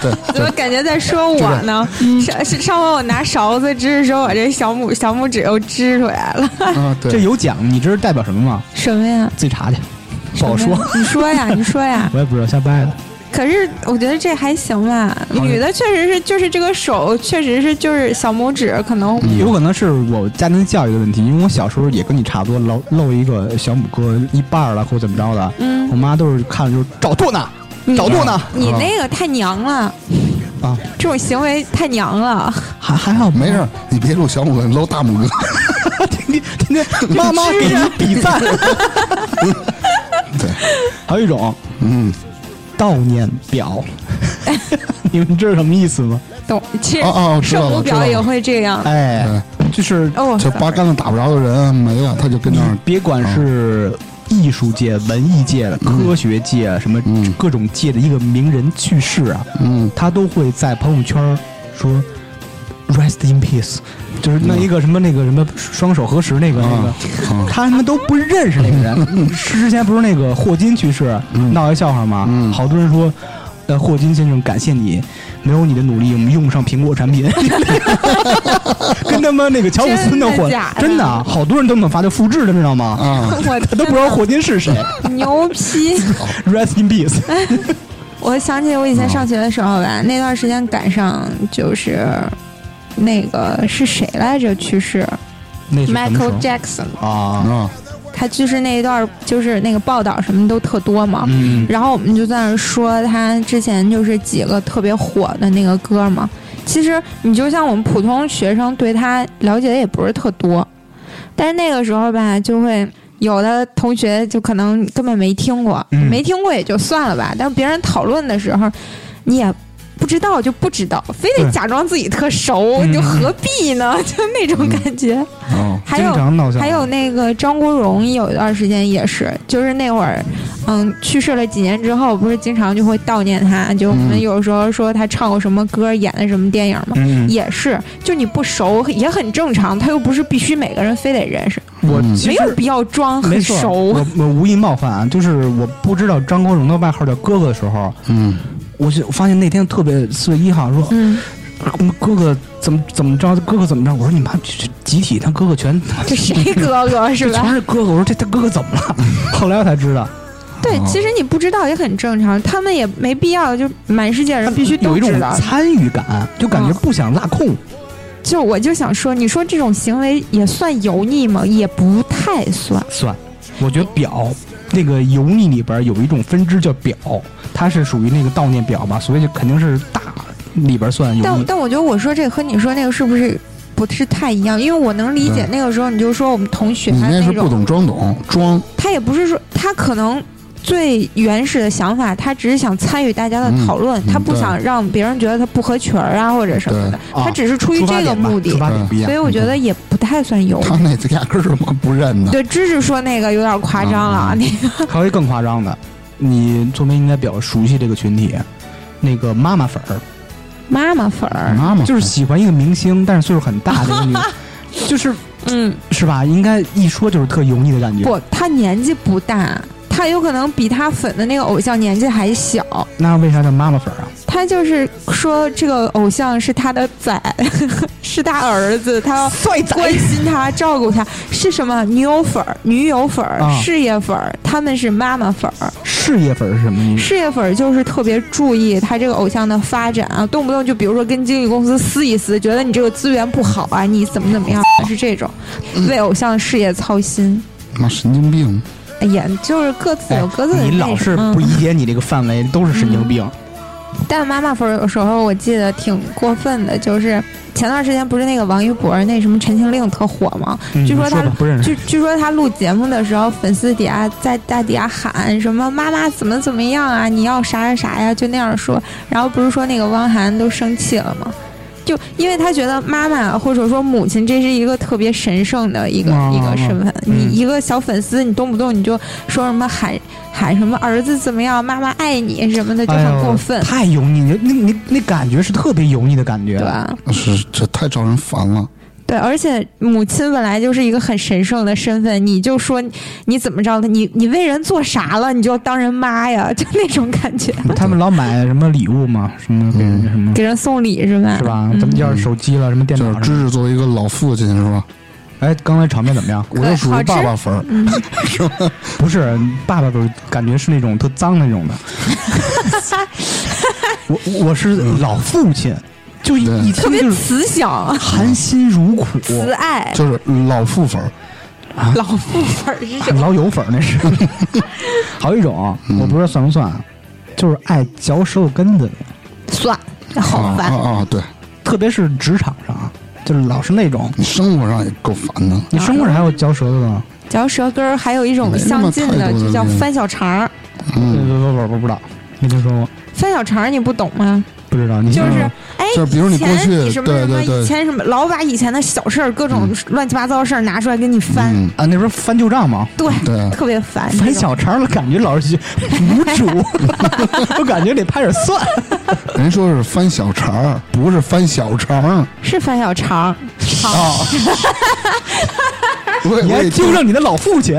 [SPEAKER 3] 对，
[SPEAKER 1] 怎么感觉在说我呢？上上回我拿勺子支的时候，我这小拇小拇指又支出来了。
[SPEAKER 3] 啊
[SPEAKER 2] 这
[SPEAKER 3] 对，
[SPEAKER 2] 有奖，你知道代表什么吗？
[SPEAKER 1] 什么呀？
[SPEAKER 2] 自己查去，不好说，
[SPEAKER 1] 你说呀，你说呀。
[SPEAKER 2] 我也不知道，瞎掰的。
[SPEAKER 1] 可是我觉得这还行吧，
[SPEAKER 2] 像
[SPEAKER 1] 女的确实是，就是这个手确实是就是小拇指可能
[SPEAKER 3] 嗯
[SPEAKER 2] 有可能是我家庭教育的问题，因为我小时候也跟你差不多，露露一个小拇哥一半儿了，或者怎么着的。
[SPEAKER 1] 嗯
[SPEAKER 2] 我妈都是看着就是找剁呢，找剁呢。
[SPEAKER 3] 啊
[SPEAKER 1] 你那个太娘了，
[SPEAKER 2] 啊，
[SPEAKER 1] 这种行为太娘了。
[SPEAKER 2] 还还好
[SPEAKER 3] 没事儿，你别录小拇哥，你搂大拇哥，
[SPEAKER 2] 儿， 天天天天妈妈给 你比赞。
[SPEAKER 3] 对，
[SPEAKER 2] 还有一种
[SPEAKER 3] 嗯，
[SPEAKER 2] 悼念表， 你们知道什么意思吗？
[SPEAKER 1] 懂？其实
[SPEAKER 3] 哦哦我知道
[SPEAKER 1] 圣
[SPEAKER 3] 了
[SPEAKER 1] 母
[SPEAKER 3] 知道
[SPEAKER 1] 表
[SPEAKER 3] 了
[SPEAKER 1] 也会这样。
[SPEAKER 2] 哎，就是
[SPEAKER 1] 哦，
[SPEAKER 3] 就八竿子打不着的人没了，他就跟
[SPEAKER 2] 你
[SPEAKER 3] 那儿
[SPEAKER 2] 别管是
[SPEAKER 3] 嗯
[SPEAKER 2] 艺术界、文艺界、科学界，什么
[SPEAKER 3] 嗯
[SPEAKER 2] 各种界的一个名人去世啊，
[SPEAKER 3] 嗯
[SPEAKER 2] 他都会在朋友圈说 “rest in peace”，就是那
[SPEAKER 3] 嗯
[SPEAKER 2] 一个什么那个什么双手合十那个那个
[SPEAKER 3] 啊，啊
[SPEAKER 2] 他们都不认识那个
[SPEAKER 3] 嗯
[SPEAKER 2] 人。之前不是那个霍金去世闹一笑话吗？
[SPEAKER 3] 嗯
[SPEAKER 2] 好多人说。呃，霍金先生，感谢你，没有你的努力，我们用不上苹果产 品， 跟他妈那个乔布斯弄混，
[SPEAKER 1] 真的假的
[SPEAKER 2] 真的啊，好多人都能发，就复制的，知道吗？
[SPEAKER 3] 啊，
[SPEAKER 1] 我
[SPEAKER 2] 他都不知道霍金是谁
[SPEAKER 1] 真的牛批！
[SPEAKER 2] ，Rest in peace。
[SPEAKER 1] 我想起我以前上学的时候
[SPEAKER 2] 嗯
[SPEAKER 1] 吧，那段时间赶上就是那个是谁来着去世
[SPEAKER 2] 那是什么时候
[SPEAKER 1] ？Michael Jackson，
[SPEAKER 2] 啊，
[SPEAKER 3] 啊，
[SPEAKER 1] 他去世那一段就是那个报道什么都特多嘛。
[SPEAKER 2] 嗯，
[SPEAKER 1] 然后我们就在那儿说他之前就是几个特别火的那个歌嘛。其实你就像我们普通学生对他了解的也不是特多，但是那个时候吧，就会有的同学就可能根本没听过，
[SPEAKER 2] 嗯
[SPEAKER 1] 没听过也就算了吧。但是别人讨论的时候，你也。不知道就不知道，非得
[SPEAKER 2] 对
[SPEAKER 1] 假装自己特熟，
[SPEAKER 2] 嗯
[SPEAKER 1] 就何必呢？ 就那种感觉。
[SPEAKER 3] 哦，
[SPEAKER 1] 还有
[SPEAKER 2] 经常闹笑话，
[SPEAKER 1] 还有那个张国荣有一段时间也是，就是那会儿，嗯，去世了几年之后，不是经常就会悼念他，就我们
[SPEAKER 3] 嗯
[SPEAKER 1] 有时候说他唱过什么歌，演的什么电影嘛。
[SPEAKER 2] 嗯，嗯，
[SPEAKER 1] 也是，就你不熟也很正常，他又不是必须每个人非得认识，
[SPEAKER 2] 我
[SPEAKER 3] 嗯
[SPEAKER 2] 其实
[SPEAKER 1] 没有必要装
[SPEAKER 2] 没
[SPEAKER 1] 很
[SPEAKER 2] 错，
[SPEAKER 1] 熟。
[SPEAKER 2] 我我无意冒犯啊，就是我不知道张国荣的外号叫哥哥的时候，
[SPEAKER 3] 嗯
[SPEAKER 2] 我就我发现那天特别四月一号 说，
[SPEAKER 1] 嗯，
[SPEAKER 2] 我们哥哥怎么怎么着，哥哥怎么着，我说你妈这这集体他哥哥全
[SPEAKER 1] 这谁哥哥是
[SPEAKER 2] 这全
[SPEAKER 1] 吧？
[SPEAKER 2] 是哥哥，我说这他哥哥怎么了？后来我才知道，
[SPEAKER 1] 对，
[SPEAKER 2] 哦
[SPEAKER 1] 其实你不知道也很正常，他们也没必要，就满世界人必须
[SPEAKER 2] 有
[SPEAKER 1] 都
[SPEAKER 2] 一种
[SPEAKER 1] 知道。
[SPEAKER 2] 参与感，就感觉
[SPEAKER 1] 嗯
[SPEAKER 2] 不想落空。
[SPEAKER 1] 就我就想说，你说这种行为也算油腻吗？也不太算。
[SPEAKER 2] 算，我觉得表那个油腻里边有一种分支叫表，它是属于那个悼念表嘛，所以就肯定是大里边算油
[SPEAKER 1] 但
[SPEAKER 2] 腻。
[SPEAKER 1] 但我觉得我说这个和你说那个是不是不是太一样？因为我能理解
[SPEAKER 3] 对
[SPEAKER 1] 那个时候你就说我们同学
[SPEAKER 3] 你
[SPEAKER 1] 啊
[SPEAKER 3] 那是不
[SPEAKER 1] 种，
[SPEAKER 3] 懂装懂，装
[SPEAKER 1] 他也不是说他可能。最原始的想法，他只是想参与大家的
[SPEAKER 3] 嗯
[SPEAKER 1] 讨论，
[SPEAKER 3] 嗯
[SPEAKER 1] 他不
[SPEAKER 3] 对哦
[SPEAKER 1] 想让别人觉得他不合群儿啊或者什么的，
[SPEAKER 2] 对
[SPEAKER 1] 他
[SPEAKER 2] 啊
[SPEAKER 1] 只是出于
[SPEAKER 2] 出发
[SPEAKER 1] 这个
[SPEAKER 2] 点吧
[SPEAKER 1] 目的
[SPEAKER 2] 出，发点不一样
[SPEAKER 1] 所以。我觉得也不太算油。
[SPEAKER 3] 嗯他那压根儿什么不认的，
[SPEAKER 1] 对，芝芝说那个有点夸张了，啊
[SPEAKER 3] 啊，
[SPEAKER 1] 那
[SPEAKER 2] 还有一更夸张的，你作为应该比较熟悉这个群体，那个妈妈粉儿，
[SPEAKER 1] 妈妈粉儿，
[SPEAKER 3] 妈妈
[SPEAKER 2] 就是喜欢一个明星，但是岁数很大的 那个，就是
[SPEAKER 1] 嗯，
[SPEAKER 2] 是吧？应该一说就是特油腻的感觉。
[SPEAKER 1] 不，他年纪不大，他有可能比他粉的那个偶像年纪还小，
[SPEAKER 2] 那为啥叫妈妈粉儿啊？
[SPEAKER 1] 他就是说这个偶像是他的仔， 是他儿子，他要
[SPEAKER 2] 帅仔
[SPEAKER 1] 关心他、照顾他，是什么女友粉儿、女友粉儿、
[SPEAKER 2] 啊
[SPEAKER 1] 事业粉儿，他们是妈妈粉儿。
[SPEAKER 2] 事业粉儿是什么意思？
[SPEAKER 1] 事业粉儿就是特别注意他这个偶像的发展啊，动不动就比如说跟经纪公司撕一撕，觉得你这个资源不好啊，你怎么怎么样，
[SPEAKER 2] 哦
[SPEAKER 1] 是这种为偶像的事业操心。
[SPEAKER 3] 妈神经病，
[SPEAKER 1] 哎呀，就是各自有各自的
[SPEAKER 2] 哎
[SPEAKER 1] 那嗯
[SPEAKER 2] 你
[SPEAKER 1] 什么、
[SPEAKER 2] 老是不理解你这个范围，都是神经
[SPEAKER 1] 嗯
[SPEAKER 2] 病。
[SPEAKER 1] 但妈妈粉儿有时候我记得挺过分的，就是前段时间不是那个王一博那什么《陈情令》特火吗？
[SPEAKER 2] 嗯
[SPEAKER 1] 据
[SPEAKER 2] 你
[SPEAKER 1] 说他
[SPEAKER 2] 吧不认识
[SPEAKER 1] 据据说他录节目的时候，粉丝底下在在底下喊什么“妈妈怎么怎么样啊，你要啥啥啥呀”，就那样说。然后不是说那个汪涵都生气了吗？就因为他觉得妈妈或者说母亲，这是一个特别神圣的一个、
[SPEAKER 2] 啊
[SPEAKER 1] 一个身份。
[SPEAKER 2] 嗯
[SPEAKER 1] 你一个小粉丝，你动不动你就说什么喊喊什么儿子怎么样，妈妈爱你什么的，就
[SPEAKER 2] 哎
[SPEAKER 1] 很
[SPEAKER 2] 呦
[SPEAKER 1] 过分，
[SPEAKER 2] 太油腻，那那那那感觉是特别油腻的感觉。
[SPEAKER 1] 对吧？
[SPEAKER 3] 是这太招人烦了。
[SPEAKER 1] 对，而且母亲本来就是一个很神圣的身份，你就说你怎么着的，你你为人做啥了，你就当人妈呀， 就那种感觉，
[SPEAKER 2] 他们老买什么礼物嘛，什么给人家什么，
[SPEAKER 1] 给人送礼嗯是吧？
[SPEAKER 2] 是吧？
[SPEAKER 1] 嗯
[SPEAKER 2] 咱们要是手机了，什么电
[SPEAKER 3] 嗯就
[SPEAKER 2] 脑
[SPEAKER 3] 是
[SPEAKER 2] 上
[SPEAKER 3] 知识作为一个老父亲是吧？
[SPEAKER 2] 哎，刚才炒面怎么样？
[SPEAKER 3] 我就属于爸爸粉儿，
[SPEAKER 1] 嗯，
[SPEAKER 2] 不是，爸爸不是感觉是那种特脏 那种的。我我是老父亲，就一
[SPEAKER 3] 对
[SPEAKER 2] 一
[SPEAKER 1] 特
[SPEAKER 2] 听
[SPEAKER 1] 别
[SPEAKER 2] 就是
[SPEAKER 1] 慈祥、
[SPEAKER 2] 含辛茹苦，
[SPEAKER 1] 慈爱，
[SPEAKER 3] 就是老父粉儿，
[SPEAKER 1] 老妇粉儿是什么？
[SPEAKER 2] 老友粉儿那是。 还有一种啊，
[SPEAKER 3] 嗯
[SPEAKER 2] 我不知道算不算啊，就是爱嚼舌头根子的，
[SPEAKER 1] 算，
[SPEAKER 3] 啊
[SPEAKER 1] 好
[SPEAKER 3] 啊
[SPEAKER 1] 烦。
[SPEAKER 3] 啊！对
[SPEAKER 2] 特别是职场上啊，就是老是那种
[SPEAKER 3] 你生活上也够烦的，
[SPEAKER 2] 你生活上还有嚼舌头呢。
[SPEAKER 1] 嚼舌根儿还有一种相近的，
[SPEAKER 3] 没那么太多
[SPEAKER 1] 就叫
[SPEAKER 3] 了
[SPEAKER 1] 翻小肠儿。
[SPEAKER 2] 不
[SPEAKER 3] 嗯，
[SPEAKER 2] 不不不不知道，没听说过。
[SPEAKER 1] 翻小肠儿你不懂吗？
[SPEAKER 2] 不知道你
[SPEAKER 1] 就是
[SPEAKER 2] 嗯
[SPEAKER 1] 哎，
[SPEAKER 3] 就是比如你
[SPEAKER 1] 以前
[SPEAKER 3] 过去
[SPEAKER 1] 你什么什么
[SPEAKER 3] 对对对
[SPEAKER 1] 以前什么，老把以前的小事儿、各种乱七八糟事儿拿出来给你翻，
[SPEAKER 3] 嗯
[SPEAKER 2] 啊那边翻旧账嘛，
[SPEAKER 1] 对，
[SPEAKER 3] 对
[SPEAKER 1] 特别烦。
[SPEAKER 2] 翻
[SPEAKER 1] 这种
[SPEAKER 2] 小肠儿了，感觉老是无 主，我感觉得拍点蒜。
[SPEAKER 3] 人说是翻小肠儿，不是翻小肠儿。
[SPEAKER 1] 是翻小肠，肠、
[SPEAKER 3] 哦我
[SPEAKER 2] 你
[SPEAKER 3] 我
[SPEAKER 2] 还
[SPEAKER 3] 也
[SPEAKER 2] 纠正你的老父亲，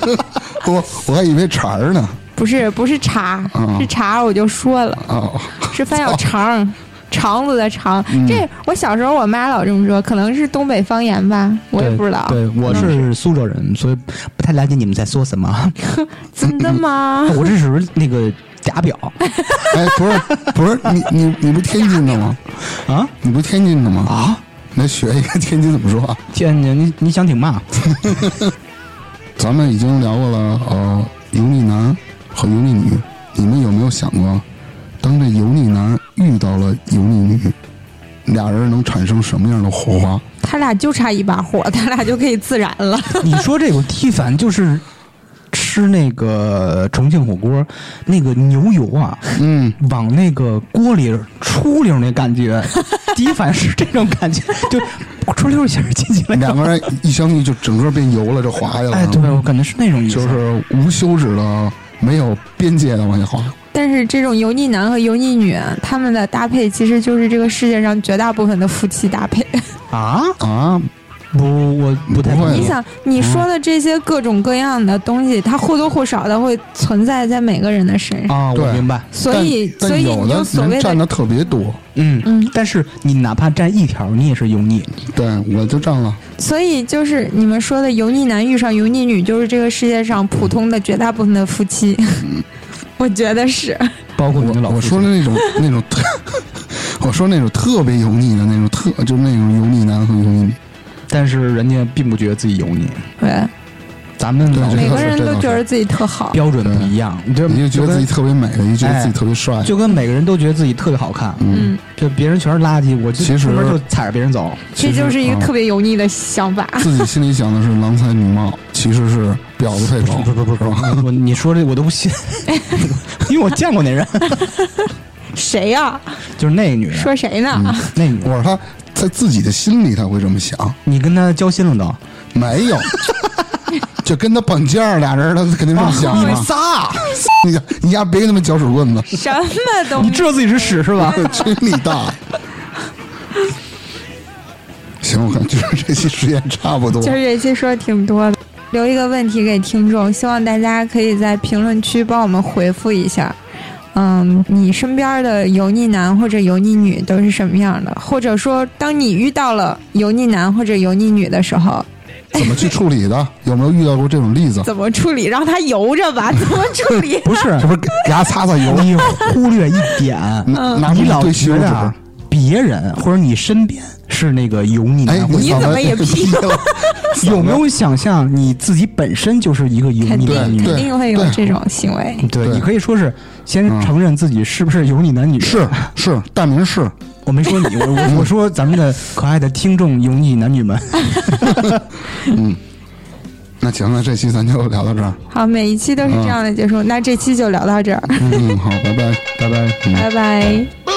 [SPEAKER 3] 我我还以为肠儿呢。
[SPEAKER 1] 不是不是茶，
[SPEAKER 3] 嗯
[SPEAKER 1] 是茶，我就说了，
[SPEAKER 3] 哦，嗯
[SPEAKER 1] 是翻小肠，肠子的肠。这我小时候我妈老这么说，可能是东北方言吧， 我也不知道。嗯
[SPEAKER 2] 对，对我是苏州人，所以不太了解你们在说 什么。
[SPEAKER 1] 真的 吗？
[SPEAKER 2] 我这属于那个假表
[SPEAKER 3] 哎，不是不是，你你你不天津的吗？
[SPEAKER 2] 啊
[SPEAKER 3] 你不天津的吗？
[SPEAKER 2] 啊！
[SPEAKER 3] 来学一个 天津怎么说啊？
[SPEAKER 2] 天津，你你想挺嘛？
[SPEAKER 3] 咱们已经聊过了，呃，油腻男和油腻女，你们有没有想过，当这油腻男遇到了油腻女，俩人能产生什么样的 火花？
[SPEAKER 1] 他俩就差一把火，他俩就可以自燃了。
[SPEAKER 2] 你说这个踢反就是吃那个重庆火锅，那个牛油啊，
[SPEAKER 3] 嗯，
[SPEAKER 2] 往那个锅里出溜那感觉，第一反应是这种感觉， 就出溜一下进去了。
[SPEAKER 3] 两个人一相遇就整个变油了，就滑下来了。
[SPEAKER 2] 哎，对，我感觉是那种意思。
[SPEAKER 3] 就是无休止的、没有边界的往下滑。
[SPEAKER 1] 但是这种油腻男和油腻女，他们的搭配其实就是这个世界上绝大部分的夫妻搭配。
[SPEAKER 2] 啊，
[SPEAKER 3] 啊，
[SPEAKER 2] 不，我不太
[SPEAKER 3] 不会
[SPEAKER 2] 同 意
[SPEAKER 1] 你想，你说的这些各种各样的东西，它或多或少的会存在在每个人的身上，
[SPEAKER 2] 啊，我
[SPEAKER 3] 对
[SPEAKER 2] 明白。
[SPEAKER 1] 所以，
[SPEAKER 3] 哦但
[SPEAKER 1] 所
[SPEAKER 3] 但
[SPEAKER 1] 以
[SPEAKER 3] 有
[SPEAKER 1] 你
[SPEAKER 3] 的
[SPEAKER 1] 就所
[SPEAKER 3] 人
[SPEAKER 1] 谓
[SPEAKER 3] 占
[SPEAKER 1] 的
[SPEAKER 3] 的特别多，
[SPEAKER 2] 嗯
[SPEAKER 1] 嗯
[SPEAKER 2] 但是你哪怕占一条，你也是油腻。
[SPEAKER 3] 对我就占了。
[SPEAKER 1] 所以就是你们说的油腻男遇上油腻女，就是这个世界上普通的绝大部分的夫妻。 我觉得是，
[SPEAKER 2] 包括你的
[SPEAKER 3] 我
[SPEAKER 2] 老
[SPEAKER 3] 我
[SPEAKER 2] 父
[SPEAKER 3] 说
[SPEAKER 2] 亲
[SPEAKER 3] 的那种那种特， 我说那种特别油腻的那种特，就是那种油腻男和油腻女。
[SPEAKER 2] 但是人家并不觉得自己油腻，
[SPEAKER 1] 对，
[SPEAKER 2] 咱们
[SPEAKER 3] 对
[SPEAKER 2] 老
[SPEAKER 3] 这
[SPEAKER 1] 每
[SPEAKER 3] 倒
[SPEAKER 1] 个
[SPEAKER 3] 是
[SPEAKER 1] 人
[SPEAKER 3] 这
[SPEAKER 1] 都
[SPEAKER 3] 倒
[SPEAKER 1] 觉
[SPEAKER 3] 是
[SPEAKER 1] 得自己特好。
[SPEAKER 2] 标准不一样，你就
[SPEAKER 1] 嗯
[SPEAKER 3] 你就觉得自己
[SPEAKER 2] 就
[SPEAKER 3] 特别美，你就觉得
[SPEAKER 2] 哎
[SPEAKER 3] 自己特别帅
[SPEAKER 2] 跟。就跟每个人都觉得自己特别好看，
[SPEAKER 1] 嗯，
[SPEAKER 2] 就别人全是垃圾，我就
[SPEAKER 3] 其实
[SPEAKER 2] 出门就踩着别人走。
[SPEAKER 1] 这就是
[SPEAKER 3] 啊
[SPEAKER 1] 一个特别油腻的想法。
[SPEAKER 3] 自己心里想的是郎才女貌，其实是婊子配狗，
[SPEAKER 2] 不不不
[SPEAKER 3] 是吧？
[SPEAKER 2] 我你说这我都不 信，因为我见过那人，
[SPEAKER 1] 谁呀、
[SPEAKER 2] 就是那个女人，
[SPEAKER 1] 说谁呢？
[SPEAKER 2] 那女人，
[SPEAKER 3] 我说他在自己的心里他会这么想，
[SPEAKER 2] 你跟她交心了都？
[SPEAKER 3] 没有，就跟他绑架儿俩人，他肯定这么想
[SPEAKER 1] 哦
[SPEAKER 2] 你们
[SPEAKER 3] 嘛。
[SPEAKER 2] 仨，
[SPEAKER 3] 你呀你丫别跟他们搅屎棍子，
[SPEAKER 1] 什么东
[SPEAKER 2] 你
[SPEAKER 1] 西？
[SPEAKER 2] 知道自己是屎是 吧？
[SPEAKER 3] 去你大 爷！行，我看就是这期时间差不多。
[SPEAKER 1] 就是这期说的挺多的，留一个问题给听众，希望大家可以在评论区帮我们回复一下。嗯，你身边的油腻男或者油腻女都是什么样的？或者说，当你遇到了油腻男或者油腻女的时候，
[SPEAKER 3] 怎么去处理的？ 有没有遇到过这种例子？
[SPEAKER 1] 怎么处理？让他油着 吧，怎么处理？
[SPEAKER 2] 不是
[SPEAKER 3] 这，不是给牙擦擦油，
[SPEAKER 2] 你忽略一点，
[SPEAKER 3] 拿拿出
[SPEAKER 2] 你老
[SPEAKER 3] 一堆
[SPEAKER 2] 觉
[SPEAKER 3] 修
[SPEAKER 2] 得
[SPEAKER 3] 纸。
[SPEAKER 2] 啊别人或者你身边是那个油腻
[SPEAKER 3] 哎
[SPEAKER 2] 男，，或者
[SPEAKER 1] 你
[SPEAKER 3] 嗓
[SPEAKER 1] 怎么
[SPEAKER 3] 子
[SPEAKER 1] 也劈
[SPEAKER 3] 了？
[SPEAKER 2] 有没有想象你自己本身就是一个油
[SPEAKER 1] 肯
[SPEAKER 2] 腻
[SPEAKER 1] 定
[SPEAKER 2] 男女？
[SPEAKER 1] 肯定会有
[SPEAKER 3] 对
[SPEAKER 1] 这种行为。
[SPEAKER 2] 对
[SPEAKER 3] 对
[SPEAKER 2] 你可以说是先
[SPEAKER 3] 嗯
[SPEAKER 2] 承认自己是不是油腻男女。
[SPEAKER 3] 是是，大明是
[SPEAKER 2] 我没说你，我我我说咱们的可爱的听众油腻男女们，
[SPEAKER 3] 那行，那这期咱就聊到这儿。
[SPEAKER 1] 好，每一
[SPEAKER 3] 嗯
[SPEAKER 1] 期都是这样的结束。那这期就聊到这儿，
[SPEAKER 3] 嗯，好，拜拜。
[SPEAKER 2] 拜拜。
[SPEAKER 1] 拜拜。